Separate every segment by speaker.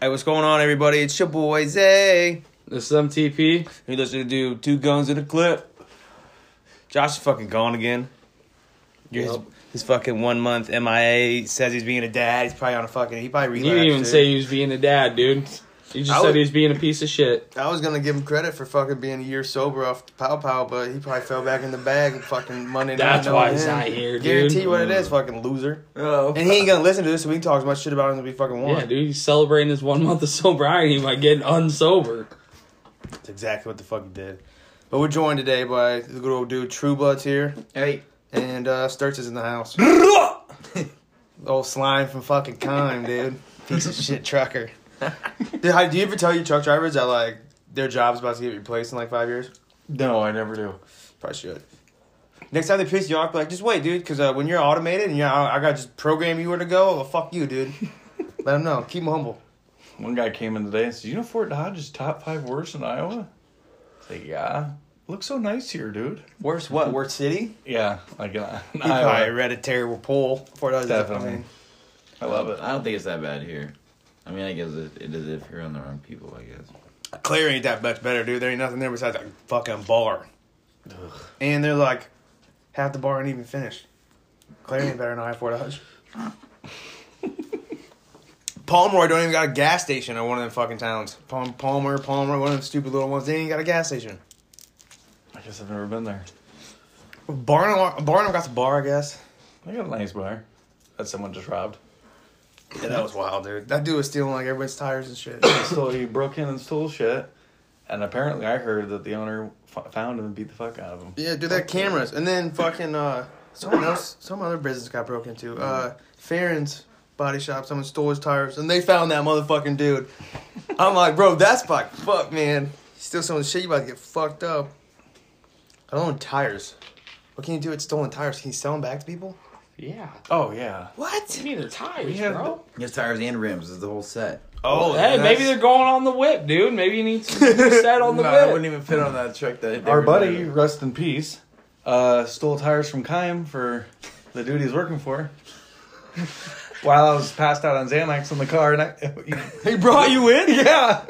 Speaker 1: Hey, what's going on, everybody? It's your boy Zay.
Speaker 2: This is MTP.
Speaker 1: You listening to Two Guns in a Clip? Josh is fucking gone again. You're his,
Speaker 2: Yep.
Speaker 1: his fucking one month MIA says he's being a dad. He's probably on a fucking. He probably
Speaker 2: You
Speaker 1: relapsed.
Speaker 2: didn't even
Speaker 1: dude.
Speaker 2: say he was being a dad, dude. You just
Speaker 1: I
Speaker 2: said
Speaker 1: would-
Speaker 2: he was being a piece of shit.
Speaker 1: I was gonna give him credit for fucking being a year sober off the pow pow, but he probably fell back in the bag fucking Monday night.
Speaker 2: That's
Speaker 1: no
Speaker 2: why he's
Speaker 1: end.
Speaker 2: not here, dude.
Speaker 1: Guarantee what it is, fucking loser.
Speaker 2: Oh,
Speaker 1: And he ain't gonna listen to this, so we can talk as much shit about him as we fucking want.
Speaker 2: yeah, dude, he's celebrating his one month of sobriety by getting unsober.
Speaker 1: That's exactly what the fuck he did. But we're joined today by the good old dude True Blood's here,
Speaker 3: Hey.
Speaker 1: and uh, Sturts is in the house. old slime from fucking Kime, dude. Piece of shit trucker. Dude, how, do you ever tell your truck drivers that like their job's about to get replaced in like five years?
Speaker 3: No, I never do.
Speaker 1: Probably should. Next time they piss you off, be like, just wait, dude, because uh, when you're automated and you're, I, I got to just program you where to go, well, fuck you, dude. Let them know. Keep them humble.
Speaker 3: One guy came in today and said, "You know Fort Dodge is top five worst in Iowa." I say, yeah. Looks so nice here, dude.
Speaker 1: Worse what? Worse city?
Speaker 3: Yeah, like uh, in
Speaker 1: He probably
Speaker 3: Iowa.
Speaker 1: read a terrible poll before that was
Speaker 3: Definitely.
Speaker 1: definitely.
Speaker 3: I love it.
Speaker 4: I don't think it's that bad here. I mean, I guess it, it is if you're on the wrong people. I guess.
Speaker 1: Claire ain't that much better, dude. There ain't nothing there besides a fucking bar. And they're like, half the bar ain't even finished. Claire ain't better than I Fort Dodge. Palmroy don't even got a gas station in one of them fucking towns. Palm, Palmer, Palmer, one of them stupid little ones. They ain't got a gas station.
Speaker 3: I guess I've never been there.
Speaker 1: Barnum, Barnum got the bar, I guess.
Speaker 3: They got a nice bar that someone just robbed.
Speaker 1: Yeah, that was wild, dude. That dude was stealing like everybody's tires and shit.
Speaker 3: so he broke in and stole shit, and apparently I heard that the owner f- found him and beat the fuck out of him.
Speaker 1: Yeah, dude, that cameras. And then fucking uh someone else some other business got broke into. Uh Farron's body shop, someone stole his tires and they found that motherfucking dude. I'm like, bro, that's fuck fuck man. You steal someone's shit, you about to get fucked up. I don't own tires. What can you do with stolen tires? Can you sell them back to people?
Speaker 2: Yeah.
Speaker 3: Oh yeah.
Speaker 1: What?
Speaker 2: I mean, the tires,
Speaker 3: Yeah,
Speaker 2: bro.
Speaker 4: It's tires and rims. It's the whole set.
Speaker 2: Oh, hey, maybe they're going on the whip, dude. Maybe you need some new set on the
Speaker 4: no, I
Speaker 2: whip.
Speaker 4: wouldn't even fit on that truck. That they
Speaker 3: Our
Speaker 4: were
Speaker 3: buddy,
Speaker 4: driving.
Speaker 3: rest in peace, uh, stole tires from Kaim for the dude he's working for. While I was passed out on Xanax in the car, and I,
Speaker 1: He brought you in?
Speaker 3: yeah,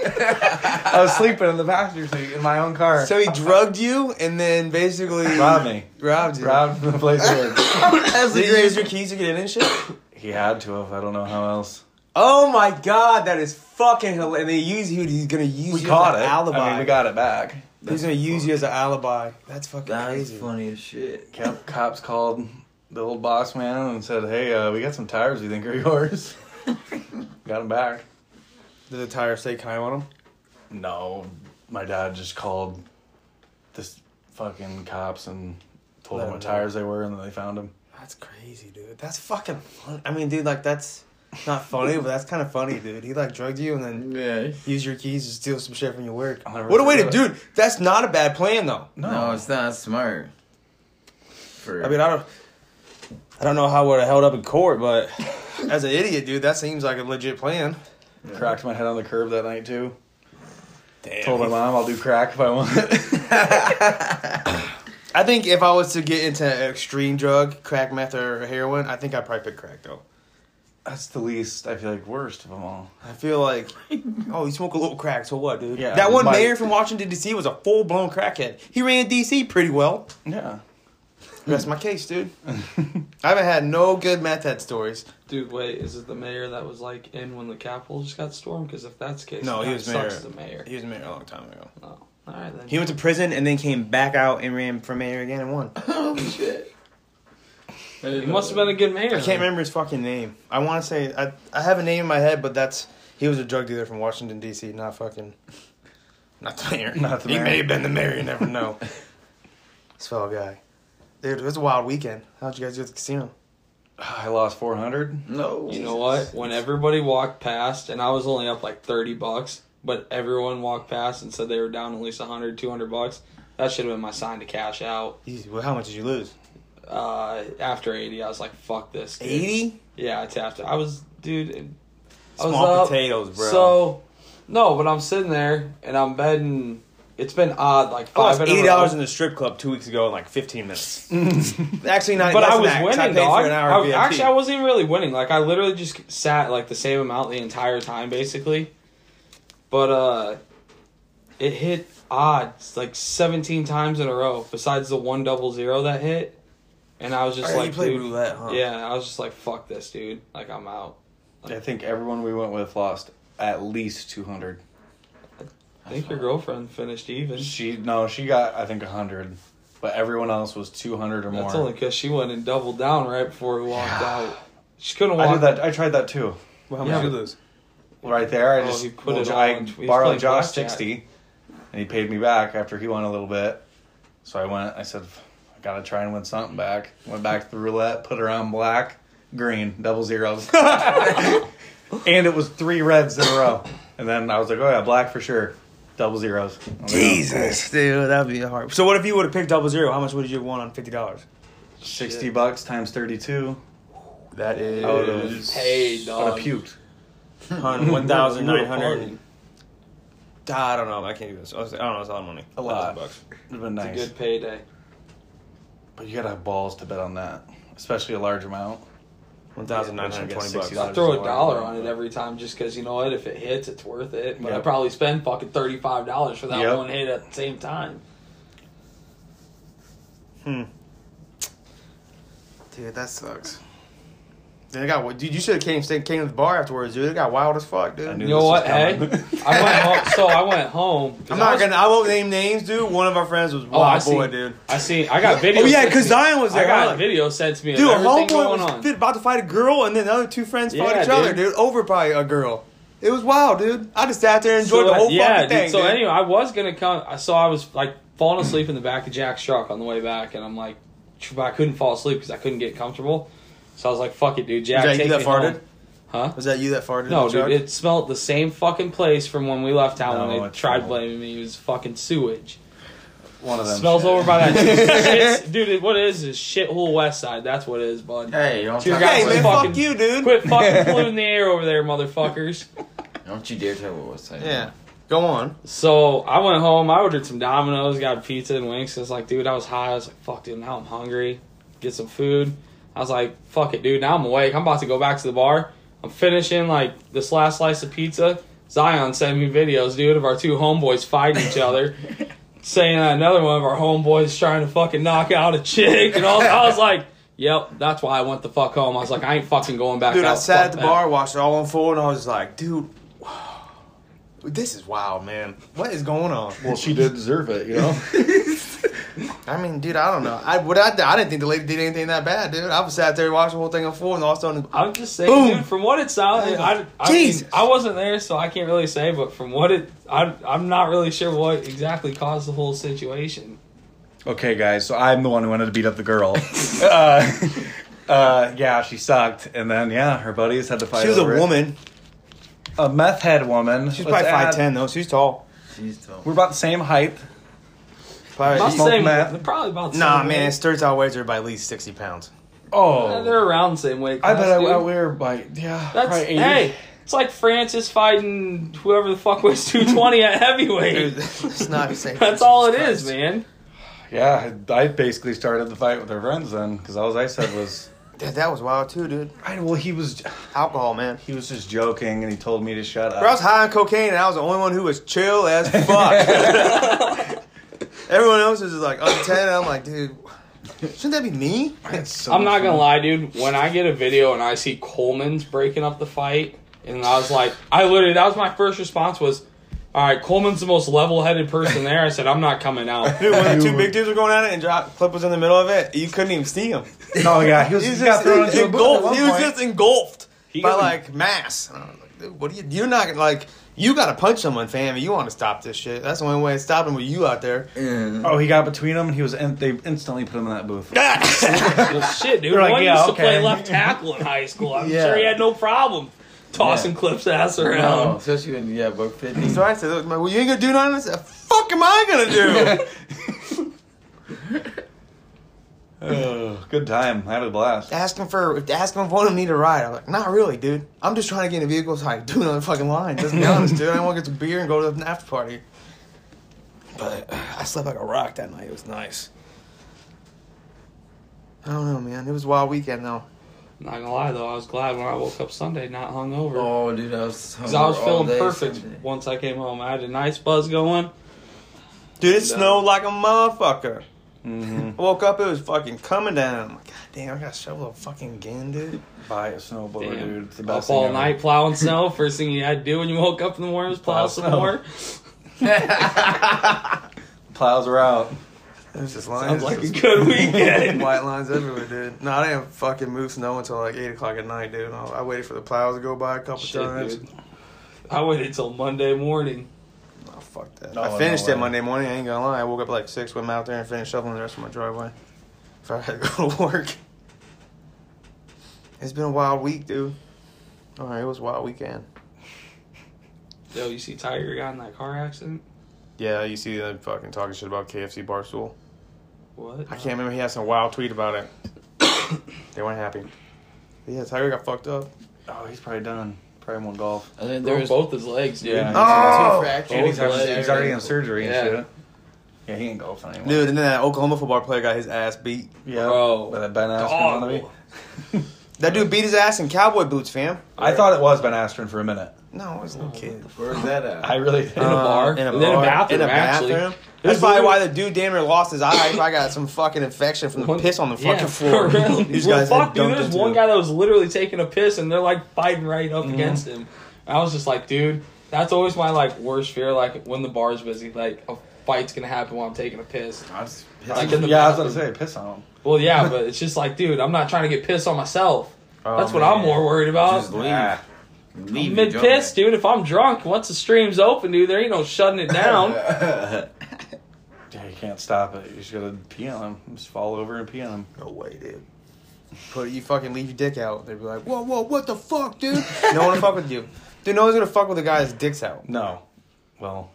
Speaker 3: I was sleeping in the passenger seat in my own car.
Speaker 1: So he drugged you and then basically
Speaker 3: robbed me,
Speaker 1: robbed you.
Speaker 3: robbed from the place he worked.
Speaker 1: That's the Did you use your keys to get in and shit?
Speaker 3: He had to have. I don't know how else.
Speaker 1: Oh my god, that is fucking hilarious. And they use you. He's gonna use
Speaker 3: We
Speaker 1: you
Speaker 3: caught
Speaker 1: as
Speaker 3: it.
Speaker 1: an alibi.
Speaker 3: I mean, we got it back.
Speaker 1: he's gonna use you as an alibi. That's fucking
Speaker 4: That is
Speaker 1: crazy.
Speaker 4: funny as shit.
Speaker 3: Cop, cops called the old boss man and said, "Hey, uh, we got some tires. You think are yours?" got them back.
Speaker 1: Did the tire say Kyle on him?
Speaker 3: No, my dad just called this fucking cops and told
Speaker 1: Let
Speaker 3: them what
Speaker 1: them know.
Speaker 3: tires they were, and then they found them.
Speaker 1: That's crazy, dude. That's fucking fun. I mean, dude, like that's not funny, but that's kind of funny, dude. He like drugged you and then
Speaker 4: Yeah.
Speaker 1: used your keys to steal some shit from your work.
Speaker 3: I'll never
Speaker 1: What a way to do.
Speaker 3: forget
Speaker 1: That's not a bad plan though.
Speaker 3: No,
Speaker 4: No, it's not smart. For
Speaker 1: I mean, I don't. I don't know how it would have held up in court, but as an idiot, dude, that seems like a legit plan.
Speaker 3: cracked my head on the curb that night too.
Speaker 1: Damn.
Speaker 3: Told my mom I'll do crack if I want.
Speaker 1: I think if I was to get into extreme drug, crack, meth, or heroin, I think I'd probably pick crack though.
Speaker 3: That's the least I feel like worst of them all.
Speaker 1: I feel like, oh, you smoke a little crack, so what, dude?
Speaker 3: Yeah,
Speaker 1: that one
Speaker 3: my-
Speaker 1: mayor from Washington D.C. was a full blown crackhead. He ran D.C. pretty well.
Speaker 3: Yeah,
Speaker 1: That's my case, dude. I haven't had no good meth head stories.
Speaker 2: Dude, wait, is it the mayor that was like in when the Capitol just got stormed? Because if that's the case,
Speaker 1: No,
Speaker 2: that
Speaker 1: he was
Speaker 2: sucks
Speaker 1: mayor.
Speaker 2: the mayor.
Speaker 1: He was mayor a long time ago.
Speaker 2: Oh, all right then.
Speaker 1: He went to prison and then came back out and ran for mayor again and won.
Speaker 2: Holy shit. He must have been a good mayor.
Speaker 1: I can't remember his fucking name. I want to say I I have a name in my head, but that's he was a drug dealer from Washington D.C. Not fucking, not the mayor.
Speaker 3: Not the
Speaker 1: he
Speaker 3: mayor.
Speaker 1: may have been the mayor. You never know. this fellow guy, dude, it was a wild weekend. How'd you guys do at the casino?
Speaker 3: I lost four hundred.
Speaker 4: no.
Speaker 2: You know what? When everybody walked past, and I was only up like 30 bucks, but everyone walked past and said they were down at least 100, 200 bucks, that should have been my sign to cash out.
Speaker 1: Easy. Well, how much did you lose?
Speaker 2: Uh, after 80, I was like, fuck this. dude.
Speaker 1: Eighty.
Speaker 2: Yeah, I tapped it. I was, dude. it- I was
Speaker 1: Small
Speaker 2: up,
Speaker 1: potatoes, bro.
Speaker 2: So, no, but I'm sitting there and I'm betting. It's been odd,
Speaker 1: I
Speaker 2: like five
Speaker 1: lost
Speaker 2: in a
Speaker 1: eighty
Speaker 2: row.
Speaker 1: dollars in the strip club two weeks ago in like fifteen minutes. actually, not.
Speaker 2: but
Speaker 1: less
Speaker 2: I
Speaker 1: than
Speaker 2: was
Speaker 1: that, 'cause
Speaker 2: winning,
Speaker 1: I paid
Speaker 2: dog.
Speaker 1: For an hour
Speaker 2: I,
Speaker 1: VIP.
Speaker 2: actually, I wasn't even really winning. Like I literally just sat like the same amount the entire time, basically. But uh, it hit odds like 17 times in a row, besides the one double zero that hit. And I was just
Speaker 1: Alright,
Speaker 2: like,
Speaker 1: you play
Speaker 2: dude,
Speaker 1: roulette, huh?
Speaker 2: yeah, I was just like, fuck this, dude. Like, I'm out.
Speaker 3: I think everyone we went with lost at least 200.
Speaker 2: I think your girlfriend finished even.
Speaker 3: She no, she got I think 100, but everyone else was 200 or more.
Speaker 2: That's only because she went and doubled down right before we walked out. She couldn't walk.
Speaker 3: I did that. I tried that too.
Speaker 1: Well, how
Speaker 2: Yeah,
Speaker 1: much did
Speaker 2: but-
Speaker 1: you lose?
Speaker 3: Right there, I
Speaker 2: Oh,
Speaker 3: just
Speaker 2: he put
Speaker 3: well,
Speaker 2: it all
Speaker 3: I
Speaker 2: on- he's
Speaker 3: borrowed
Speaker 2: playing
Speaker 3: Josh
Speaker 2: blackjack.
Speaker 3: 60, and he paid me back after he won a little bit. So I went. I said, I gotta try and win something back. Went back to the roulette, put her on black, green, double zeros, and it was three reds in a row. And then I was like, oh yeah, black for sure, double zeros. I was like, oh.
Speaker 1: dude, that'd be hard. So what if you would have picked double zero? How much would you have won on fifty dollars?
Speaker 3: 60 bucks times 32.
Speaker 1: That is
Speaker 2: Oh,
Speaker 3: I would have
Speaker 2: Hey,
Speaker 3: I
Speaker 2: dog.
Speaker 3: would have puked.
Speaker 1: one thousand nine
Speaker 2: It's
Speaker 1: hundred. Ah, I don't know. I can't do this. I was- I don't know. It's a lot of money. Uh,
Speaker 3: A
Speaker 1: 1,000
Speaker 3: lot.
Speaker 1: bucks.
Speaker 3: It would have been
Speaker 2: a
Speaker 3: nice.
Speaker 2: good payday.
Speaker 3: But you gotta have balls to bet on that, especially a large amount.
Speaker 1: One thousand nine hundred twenty bucks.
Speaker 3: Yeah.
Speaker 2: I throw a dollar on it every time just because you know what? If it hits, it's worth it. But I
Speaker 3: Yep.
Speaker 2: probably spend fucking thirty five dollars for that
Speaker 3: Yep.
Speaker 2: one hit at the same time.
Speaker 1: Dude, that sucks. Then I got. what- Dude, you should have came stayed- came to the bar afterwards, dude. It got wild as fuck, dude.
Speaker 3: I knew
Speaker 2: You know
Speaker 3: this
Speaker 2: what?
Speaker 3: was
Speaker 2: Hey,
Speaker 3: coming.
Speaker 2: I went home. So I went home. 'cause
Speaker 1: I'm
Speaker 2: I
Speaker 1: not
Speaker 2: was-
Speaker 1: gonna. I won't name names, dude. One of our friends was
Speaker 2: Oh, I
Speaker 1: wild boy,
Speaker 2: see.
Speaker 1: dude.
Speaker 2: I seen. I got video.
Speaker 1: Oh yeah,
Speaker 2: sent
Speaker 1: because
Speaker 2: me-
Speaker 1: Zion was there.
Speaker 2: I got
Speaker 1: huh?
Speaker 2: video sent to me.
Speaker 1: Dude,
Speaker 2: Dude,
Speaker 1: a
Speaker 2: of everything
Speaker 1: homeboy
Speaker 2: going
Speaker 1: was
Speaker 2: on.
Speaker 1: fit- about to fight a girl, and then the other two friends fought
Speaker 2: Yeah,
Speaker 1: each other,
Speaker 2: dude.
Speaker 1: dude, over by a girl. It was wild, dude. I just sat there and enjoyed
Speaker 2: So
Speaker 1: the
Speaker 2: I-
Speaker 1: whole fucking
Speaker 2: dude,
Speaker 1: thing.
Speaker 2: so
Speaker 1: dude.
Speaker 2: anyway, I was gonna come. I saw I was like falling asleep in the back of Jack's truck on the way back, and I'm like, but I couldn't fall asleep because I couldn't get comfortable. So I was like, fuck it, dude. Jack,
Speaker 1: was that
Speaker 2: take
Speaker 1: you that
Speaker 2: me
Speaker 1: farted?
Speaker 2: home. Huh?
Speaker 1: Was that you that farted? in
Speaker 2: No,
Speaker 1: the
Speaker 2: dude,
Speaker 1: truck?
Speaker 2: it smelled the same fucking place from when we left town
Speaker 3: No,
Speaker 2: when they
Speaker 3: it's
Speaker 2: tried
Speaker 3: not.
Speaker 2: blaming me. It was fucking sewage.
Speaker 3: One of them
Speaker 2: Smells
Speaker 3: shit.
Speaker 2: over by that shit. Dude, it- what it is is shithole west side. That's what it is, bud.
Speaker 4: Hey, don't,
Speaker 2: Two
Speaker 4: talk
Speaker 1: Hey
Speaker 2: guys
Speaker 1: man,
Speaker 4: about
Speaker 2: was
Speaker 4: West-
Speaker 1: fuck
Speaker 2: fucking-
Speaker 1: you, dude.
Speaker 2: Quit fucking polluting the air over there, motherfuckers.
Speaker 4: don't you dare talk about West Side.
Speaker 1: Yeah, go on.
Speaker 2: So I went home. I ordered some Domino's, got pizza and wings. I was like, dude, I was high. I was like, fuck, dude, now I'm hungry. Get some food. I was like, fuck it, dude. Now I'm awake. I'm about to go back to the bar. I'm finishing like this last slice of pizza. Zion sent me videos, dude, of our two homeboys fighting each other, saying that another one of our homeboys is trying to fucking knock out a chick and all. that. I was like, yep, that's why I went the fuck home. I was like, I ain't fucking going back.
Speaker 1: Dude, I
Speaker 2: out.
Speaker 1: sat at
Speaker 2: Fuck
Speaker 1: the
Speaker 2: that.
Speaker 1: bar, watched it all unfold, and I was like, dude, wow. this is wild, man. What is going on?
Speaker 3: Well, she did deserve it, you know.
Speaker 1: I mean, dude, I don't know. I what I, I didn't think the lady did anything that bad, dude. I was sat there watching the whole thing unfold, and all of a sudden,
Speaker 2: I'm just saying,
Speaker 1: Boom.
Speaker 2: dude. From what it sounded, I, I, mean,
Speaker 1: Jesus.
Speaker 2: I wasn't there, so I can't really say. But from what it, I, I'm not really sure what exactly caused the whole situation.
Speaker 3: okay, guys. So I'm the one who wanted to beat up the girl. uh, uh, yeah, she sucked, and then yeah, her buddies had to fight.
Speaker 1: she was a
Speaker 3: over it.
Speaker 1: woman.
Speaker 3: a meth head woman.
Speaker 1: She was
Speaker 3: Let's
Speaker 1: probably five
Speaker 3: add-
Speaker 1: ten though. She was tall.
Speaker 4: She's tall.
Speaker 3: We're about the same height.
Speaker 2: About
Speaker 1: Probably,
Speaker 2: the
Speaker 3: smoked
Speaker 2: same,
Speaker 3: meth.
Speaker 2: probably about. the
Speaker 1: Nah,
Speaker 2: same
Speaker 1: man,
Speaker 2: weight.
Speaker 1: Sturtile weighs her by at least sixty pounds.
Speaker 2: Yeah,
Speaker 3: Oh,
Speaker 2: they're around the same weight.
Speaker 3: I
Speaker 2: Class,
Speaker 3: bet I,
Speaker 2: dude.
Speaker 3: I wear by yeah.
Speaker 2: That's
Speaker 3: probably 80.
Speaker 2: hey, it's like Francis fighting whoever the fuck weighs 220 at
Speaker 1: Dude,
Speaker 2: heavyweight.
Speaker 1: it's not the same.
Speaker 2: That's all it is, man.
Speaker 3: Yeah, I, I basically started the fight with her friends then, because all I said was,
Speaker 1: Dude, that was wild too, dude.
Speaker 3: I, well, he was
Speaker 1: Alcohol, man.
Speaker 3: he was just joking, and he told me to shut up.
Speaker 1: Bro, I was high on cocaine, and I was the only one who was chill as fuck. Everyone else was just like up ten. And I'm like, dude, shouldn't that be me?
Speaker 3: It's
Speaker 1: uh,
Speaker 3: so
Speaker 2: I'm not
Speaker 3: funny.
Speaker 2: gonna lie, dude. When I get a video and I see Coleman's breaking up the fight, and I was like, I literally that was my first response was, all right, Coleman's the most level-headed person there. I said, I'm not coming out.
Speaker 1: Dude, when the two big dudes were going at it, and Jock Clip was in the middle of it, you couldn't even see him.
Speaker 3: Oh yeah, he was,
Speaker 1: He was
Speaker 3: he got
Speaker 1: just
Speaker 3: thrown into a booth at
Speaker 1: engulfed.
Speaker 3: one
Speaker 1: He was
Speaker 3: point.
Speaker 1: just engulfed
Speaker 2: He
Speaker 1: by
Speaker 2: got-
Speaker 1: like mass. And I was like, dude, what are you? You're not gonna like. You gotta punch someone, fam. if You want to stop this shit? That's the only way of stopping with you out there.
Speaker 4: Yeah.
Speaker 3: Oh, he got between them. He was in, they instantly put him in that booth.
Speaker 2: Well, shit, dude.
Speaker 3: You're like,
Speaker 2: One
Speaker 3: yeah,
Speaker 2: used to
Speaker 3: okay.
Speaker 2: play left tackle in high school. I'm
Speaker 4: Yeah.
Speaker 2: sure he had no problem tossing Clip's ass
Speaker 4: No,
Speaker 2: around.
Speaker 4: especially when yeah, buck fifty.
Speaker 1: So I said, look, well, you ain't gonna do nothing. I said, fuck am I gonna do?
Speaker 3: oh, good time. I had a blast.
Speaker 1: asking for, asking if one of them need a ride. I'm like, not really, dude. I'm just trying to get in a vehicle so I can do another fucking line. Just be honest, dude. I want to get some beer and go to an after party. But uh, I slept like a rock that night. It was nice. I don't know, man. It was a wild weekend though.
Speaker 2: Not gonna lie though, I was glad when I woke up Sunday not hungover.
Speaker 4: Oh, dude, I was.
Speaker 2: Cause I was
Speaker 4: hungover all
Speaker 2: feeling
Speaker 4: day
Speaker 2: perfect
Speaker 4: Sunday.
Speaker 2: once I came home. I had a nice buzz going.
Speaker 1: Dude, it
Speaker 2: No.
Speaker 1: snowed like a motherfucker.
Speaker 3: Mm-hmm.
Speaker 1: I woke up, it was fucking coming down. I'm like, God damn, I got shovel a fucking again, dude.
Speaker 3: Buy a snowblower,
Speaker 2: Damn.
Speaker 3: Oh, dude. It's the
Speaker 2: Up
Speaker 3: best
Speaker 2: all
Speaker 3: thing ever.
Speaker 2: night plowing snow. First thing you had to do when you woke up in the morning was plow,
Speaker 3: Plow
Speaker 2: some
Speaker 3: snow.
Speaker 2: more.
Speaker 3: Plows are out.
Speaker 1: There's just lines.
Speaker 2: Sounds like a
Speaker 1: just
Speaker 2: good weekend.
Speaker 1: white lines everywhere, dude. No, I didn't fucking move snow until like 8 o'clock at night, dude. I, I waited for the plows to go by a couple
Speaker 2: Shit,
Speaker 1: times.
Speaker 2: dude. I waited till Monday morning.
Speaker 1: Oh, fuck that.
Speaker 3: No,
Speaker 1: I finished
Speaker 3: no
Speaker 1: it
Speaker 3: way.
Speaker 1: Monday morning. I ain't gonna lie. I woke up at, like six, went out there and finished shoveling the rest of my driveway. If I had to go to work. It's been a wild week, dude. All right, it was a wild weekend.
Speaker 2: Yo, you see Tiger got in that car accident?
Speaker 1: Yeah, you see them fucking talking shit about KFC Barstool.
Speaker 2: What?
Speaker 1: I can't remember. He had some wild tweet about it. they weren't happy. But yeah, Tiger got fucked up.
Speaker 3: Oh, he's probably done. Probably won't golf.
Speaker 4: I think
Speaker 2: There
Speaker 4: there was
Speaker 2: both his legs, dude.
Speaker 3: Yeah.
Speaker 1: Oh!
Speaker 4: two fractures.
Speaker 3: And he's,
Speaker 2: Both
Speaker 3: already,
Speaker 2: legs.
Speaker 3: he's already in surgery
Speaker 2: Yeah.
Speaker 3: and shit. Yeah, he ain't golfing anymore.
Speaker 1: Dude, and then that Oklahoma football player got his ass beat.
Speaker 3: Yeah.
Speaker 2: Bro.
Speaker 3: By that Ben Askren
Speaker 2: Dog.
Speaker 3: wannabe.
Speaker 1: That dude beat his ass in cowboy boots, fam.
Speaker 3: I thought it was Ben Askren for a minute.
Speaker 1: No, it was a little kid.
Speaker 4: Where's that at?
Speaker 3: I really did.
Speaker 2: Uh, bar.
Speaker 1: In a
Speaker 2: And then a
Speaker 1: bar.
Speaker 2: bathroom,
Speaker 1: In a
Speaker 2: actually.
Speaker 1: bathroom.
Speaker 2: It was
Speaker 1: That's probably
Speaker 2: literally-
Speaker 1: why the dude damn near lost his eye. He probably got some fucking infection from the
Speaker 2: One-
Speaker 1: piss on the
Speaker 2: Yeah,
Speaker 1: fucking floor.
Speaker 2: For real.
Speaker 1: These
Speaker 2: well,
Speaker 1: guys
Speaker 2: fuck,
Speaker 1: had
Speaker 2: dude.
Speaker 1: dunked
Speaker 2: There's
Speaker 1: into Mm-hmm.
Speaker 2: one
Speaker 1: him.
Speaker 2: guy that was literally taking a piss, and they're like fighting right up against him. I was just like, dude, that's always my like worst fear. Like when the bar's busy, like a fight's gonna happen while I'm taking a piss.
Speaker 4: I was pissed.
Speaker 2: Like in the
Speaker 3: yeah, I was
Speaker 2: bathroom.
Speaker 3: going to say, piss on him.
Speaker 2: Well, yeah, but it's just like, dude, I'm not trying to get pissed on myself.
Speaker 1: Oh,
Speaker 2: that's what
Speaker 1: man.
Speaker 2: I'm more worried about.
Speaker 4: Just leave.
Speaker 3: Yeah.
Speaker 4: leave
Speaker 2: Mid piss, dude. If I'm drunk, once the stream's open, dude, there ain't no shutting it down.
Speaker 4: down.
Speaker 3: Yeah, you can't stop it. You just got to pee on him. Just fall over and pee on him.
Speaker 1: No way, dude. Put you fucking leave your dick out. They'd be like, whoa, whoa, what the fuck, dude? no one to fuck with you. Dude, no one's gonna fuck with the guy that's dick's out.
Speaker 3: No. Well,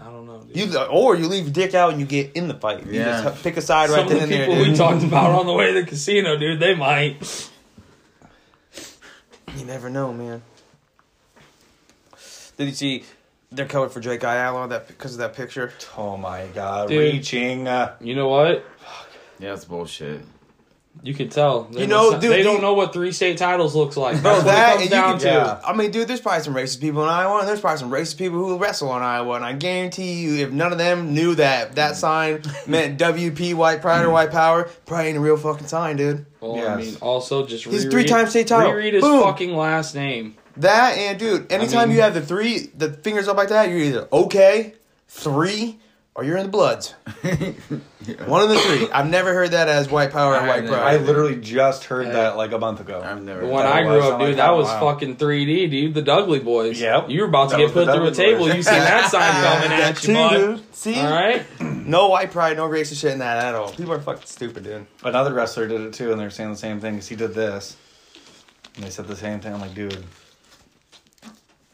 Speaker 2: I don't know. Dude.
Speaker 1: You or you leave your dick out and you get in the fight. You
Speaker 4: Yeah.
Speaker 1: just pick a side
Speaker 2: Some
Speaker 1: right
Speaker 2: of
Speaker 1: then
Speaker 2: the
Speaker 1: and there,
Speaker 2: people we
Speaker 1: dude.
Speaker 2: talked about on the way to the casino, dude, they might.
Speaker 1: You never know, man. Did you see? They're covered for Drake Ayala that because of that picture.
Speaker 3: oh my God.
Speaker 2: Dude.
Speaker 3: Reaching. Uh,
Speaker 2: You know what?
Speaker 4: yeah, that's bullshit.
Speaker 2: You can tell. They
Speaker 1: You know,
Speaker 2: must-
Speaker 1: dude,
Speaker 2: they
Speaker 1: the-
Speaker 2: don't know what three state titles looks like.
Speaker 1: Bro,
Speaker 2: That's
Speaker 1: that
Speaker 2: what
Speaker 1: and
Speaker 2: it
Speaker 1: you
Speaker 2: comes down
Speaker 1: can-
Speaker 2: to.
Speaker 3: yeah.
Speaker 1: I mean, dude, there's probably some racist people in Iowa, and there's probably some racist people who wrestle in Iowa, and I guarantee you, if none of them knew that that sign meant WP White Pride or White Power, probably ain't a real fucking sign, dude.
Speaker 2: Well, I
Speaker 3: Yes.
Speaker 2: mean, also just
Speaker 1: He's
Speaker 2: reread,
Speaker 1: three-time state title.
Speaker 2: Reread his
Speaker 1: Boom.
Speaker 2: fucking last name.
Speaker 1: That and dude, anytime
Speaker 2: mean-
Speaker 1: you have the three, the fingers up like that, you're either okay, three, or you're in the Bloods. One of the three. I've never heard that as White Power or
Speaker 4: I
Speaker 1: White
Speaker 4: know.
Speaker 1: Pride.
Speaker 3: I literally just heard
Speaker 2: Yeah.
Speaker 3: that like a month ago.
Speaker 4: I've never.
Speaker 2: But when
Speaker 3: that
Speaker 2: I grew
Speaker 3: was-
Speaker 2: up,
Speaker 3: I'm
Speaker 2: dude,
Speaker 3: like,
Speaker 2: that
Speaker 3: oh,
Speaker 2: was
Speaker 3: wow.
Speaker 2: fucking 3D, dude. The Dudley Boys.
Speaker 3: Yep.
Speaker 2: You were about to
Speaker 3: That
Speaker 2: get
Speaker 3: was the
Speaker 2: put through a
Speaker 3: Dudley
Speaker 2: table.
Speaker 3: Boys.
Speaker 2: You seen that sign coming
Speaker 1: That
Speaker 2: at you,
Speaker 1: too,
Speaker 2: bud.
Speaker 1: dude. See,
Speaker 2: All right.
Speaker 1: no white pride, no racist shit in that at all. People are fucking stupid, dude.
Speaker 3: Another wrestler did it too, and they're saying the same thing. 'cause he did this, and they said the same thing. I'm like, dude,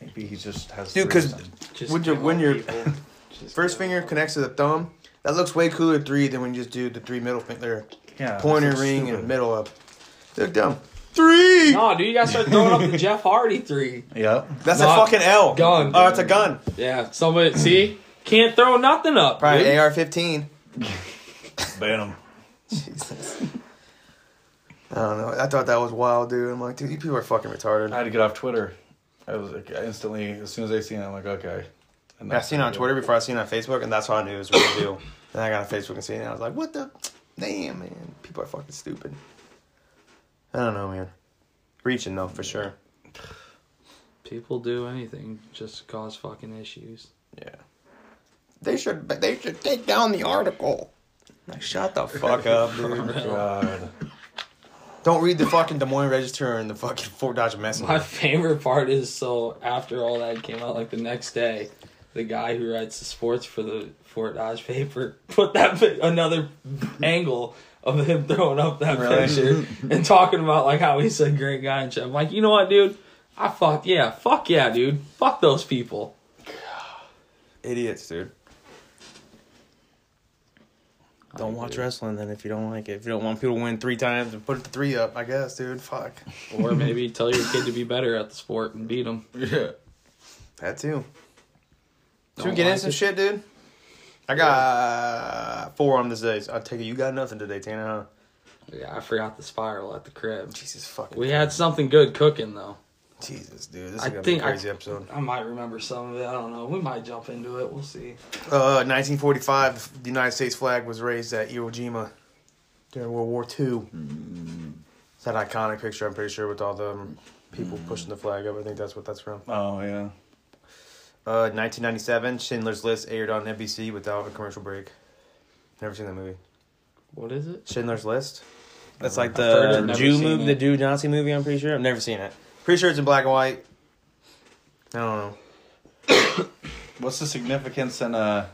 Speaker 3: maybe he just has.
Speaker 1: Dude,
Speaker 3: three
Speaker 1: 'cause-
Speaker 3: of them.
Speaker 2: Just
Speaker 1: Would you-
Speaker 2: give
Speaker 1: when
Speaker 2: up,
Speaker 1: your
Speaker 2: people. Just
Speaker 1: First
Speaker 2: give
Speaker 1: finger
Speaker 2: up.
Speaker 1: connects to the thumb. That looks way cooler three than when you just do the three middle finger,
Speaker 3: yeah,
Speaker 1: pointer,
Speaker 3: that's so
Speaker 1: ring,
Speaker 3: stupid.
Speaker 1: and middle up. They're dumb. Three.
Speaker 2: No, dude, you gotta start throwing up the Jeff Hardy three.
Speaker 3: Yep.
Speaker 1: that's
Speaker 2: not
Speaker 1: a fucking L.
Speaker 2: gun,
Speaker 1: Oh, it's a gun.
Speaker 2: Yeah, somebody see can't throw nothing up.
Speaker 1: Probably
Speaker 2: dude.
Speaker 1: AR-15.
Speaker 3: Ban him.
Speaker 1: Jesus. I don't know. I thought that was wild, dude. I'm like, dude, you people are fucking retarded.
Speaker 3: I had to get off Twitter. I was like, I instantly, as soon as I seen it, I'm like, okay. And
Speaker 1: I seen it on Twitter before I seen it on Facebook, and that's how I knew it was real deal. Then I got on Facebook and seen it, and I was like, what the? Damn, man. People are fucking stupid. I don't know, man. Reaching, though, for sure.
Speaker 2: People do anything just to cause fucking issues.
Speaker 1: Yeah. They should they should take down the article. Like, shut the fuck up, dude.
Speaker 3: God.
Speaker 1: Don't read the fucking Des Moines Register and the fucking Fort Dodge
Speaker 2: My
Speaker 1: Messenger.
Speaker 2: favorite part is so after all that came out, like the next day, the guy who writes the sports for the Fort Dodge paper put that bit, another angle of him throwing up that
Speaker 3: Really?
Speaker 2: picture and talking about like how he's a great guy and shit. I'm like, you know what, dude? I fuck yeah, fuck yeah, dude. Fuck those people.
Speaker 1: Idiots, dude. Don't
Speaker 2: I
Speaker 1: watch
Speaker 2: agree.
Speaker 1: wrestling then if you don't like it. If you don't want people to win three times, then put the three up, I guess, dude. Fuck.
Speaker 2: Or maybe tell your kid to be better at the sport and beat him.
Speaker 4: Yeah.
Speaker 1: That too. Should we
Speaker 2: Don't
Speaker 1: get in
Speaker 2: like
Speaker 1: some
Speaker 2: it.
Speaker 1: shit, dude? uh, I got four on this day. so I'll take it. You got nothing today, Tana, huh?
Speaker 2: Yeah, I forgot the spiral at the crib.
Speaker 1: Jesus fucking.
Speaker 2: We had something good cooking though.
Speaker 1: Jesus, dude, this is
Speaker 2: I
Speaker 1: gonna
Speaker 2: think
Speaker 1: be a
Speaker 2: I-
Speaker 1: crazy episode.
Speaker 2: I might remember some of it. I don't know. We might jump into it. We'll see.
Speaker 1: Uh, 1945, the United States flag was raised at Iwo Jima during World War II. It's that iconic picture, I'm pretty sure, with all the um, people pushing the flag up. I think that's what that's from.
Speaker 3: Oh yeah.
Speaker 1: Uh, 1997, Schindler's List aired on NBC without a commercial break. Never seen that movie.
Speaker 2: What is it?
Speaker 1: Schindler's List. That's like
Speaker 2: heard it,
Speaker 1: the
Speaker 2: never
Speaker 1: Jew
Speaker 2: seen
Speaker 1: movie,
Speaker 2: it.
Speaker 1: the Jew Nazi movie. I'm pretty sure. I've never seen it. Pretty sure it's in black and white. I don't know.
Speaker 3: What's the significance in uh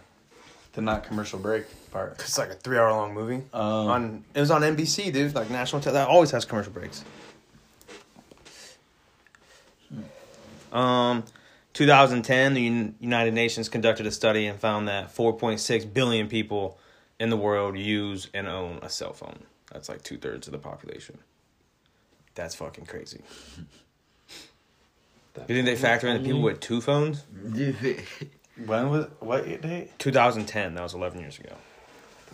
Speaker 3: the not commercial break part?
Speaker 1: It's like a three hour long movie.
Speaker 3: Um,
Speaker 1: on it was on NBC, dude. Like national. Te- that always has commercial breaks. Um, 2010, the Un- United Nations conducted a study and found that 4.6 billion people in the world use and own a cell phone. That's like two thirds of the population. That's fucking crazy. You think they factor in the people with two phones?
Speaker 3: when was what date?
Speaker 1: 2010. That was 11 years ago.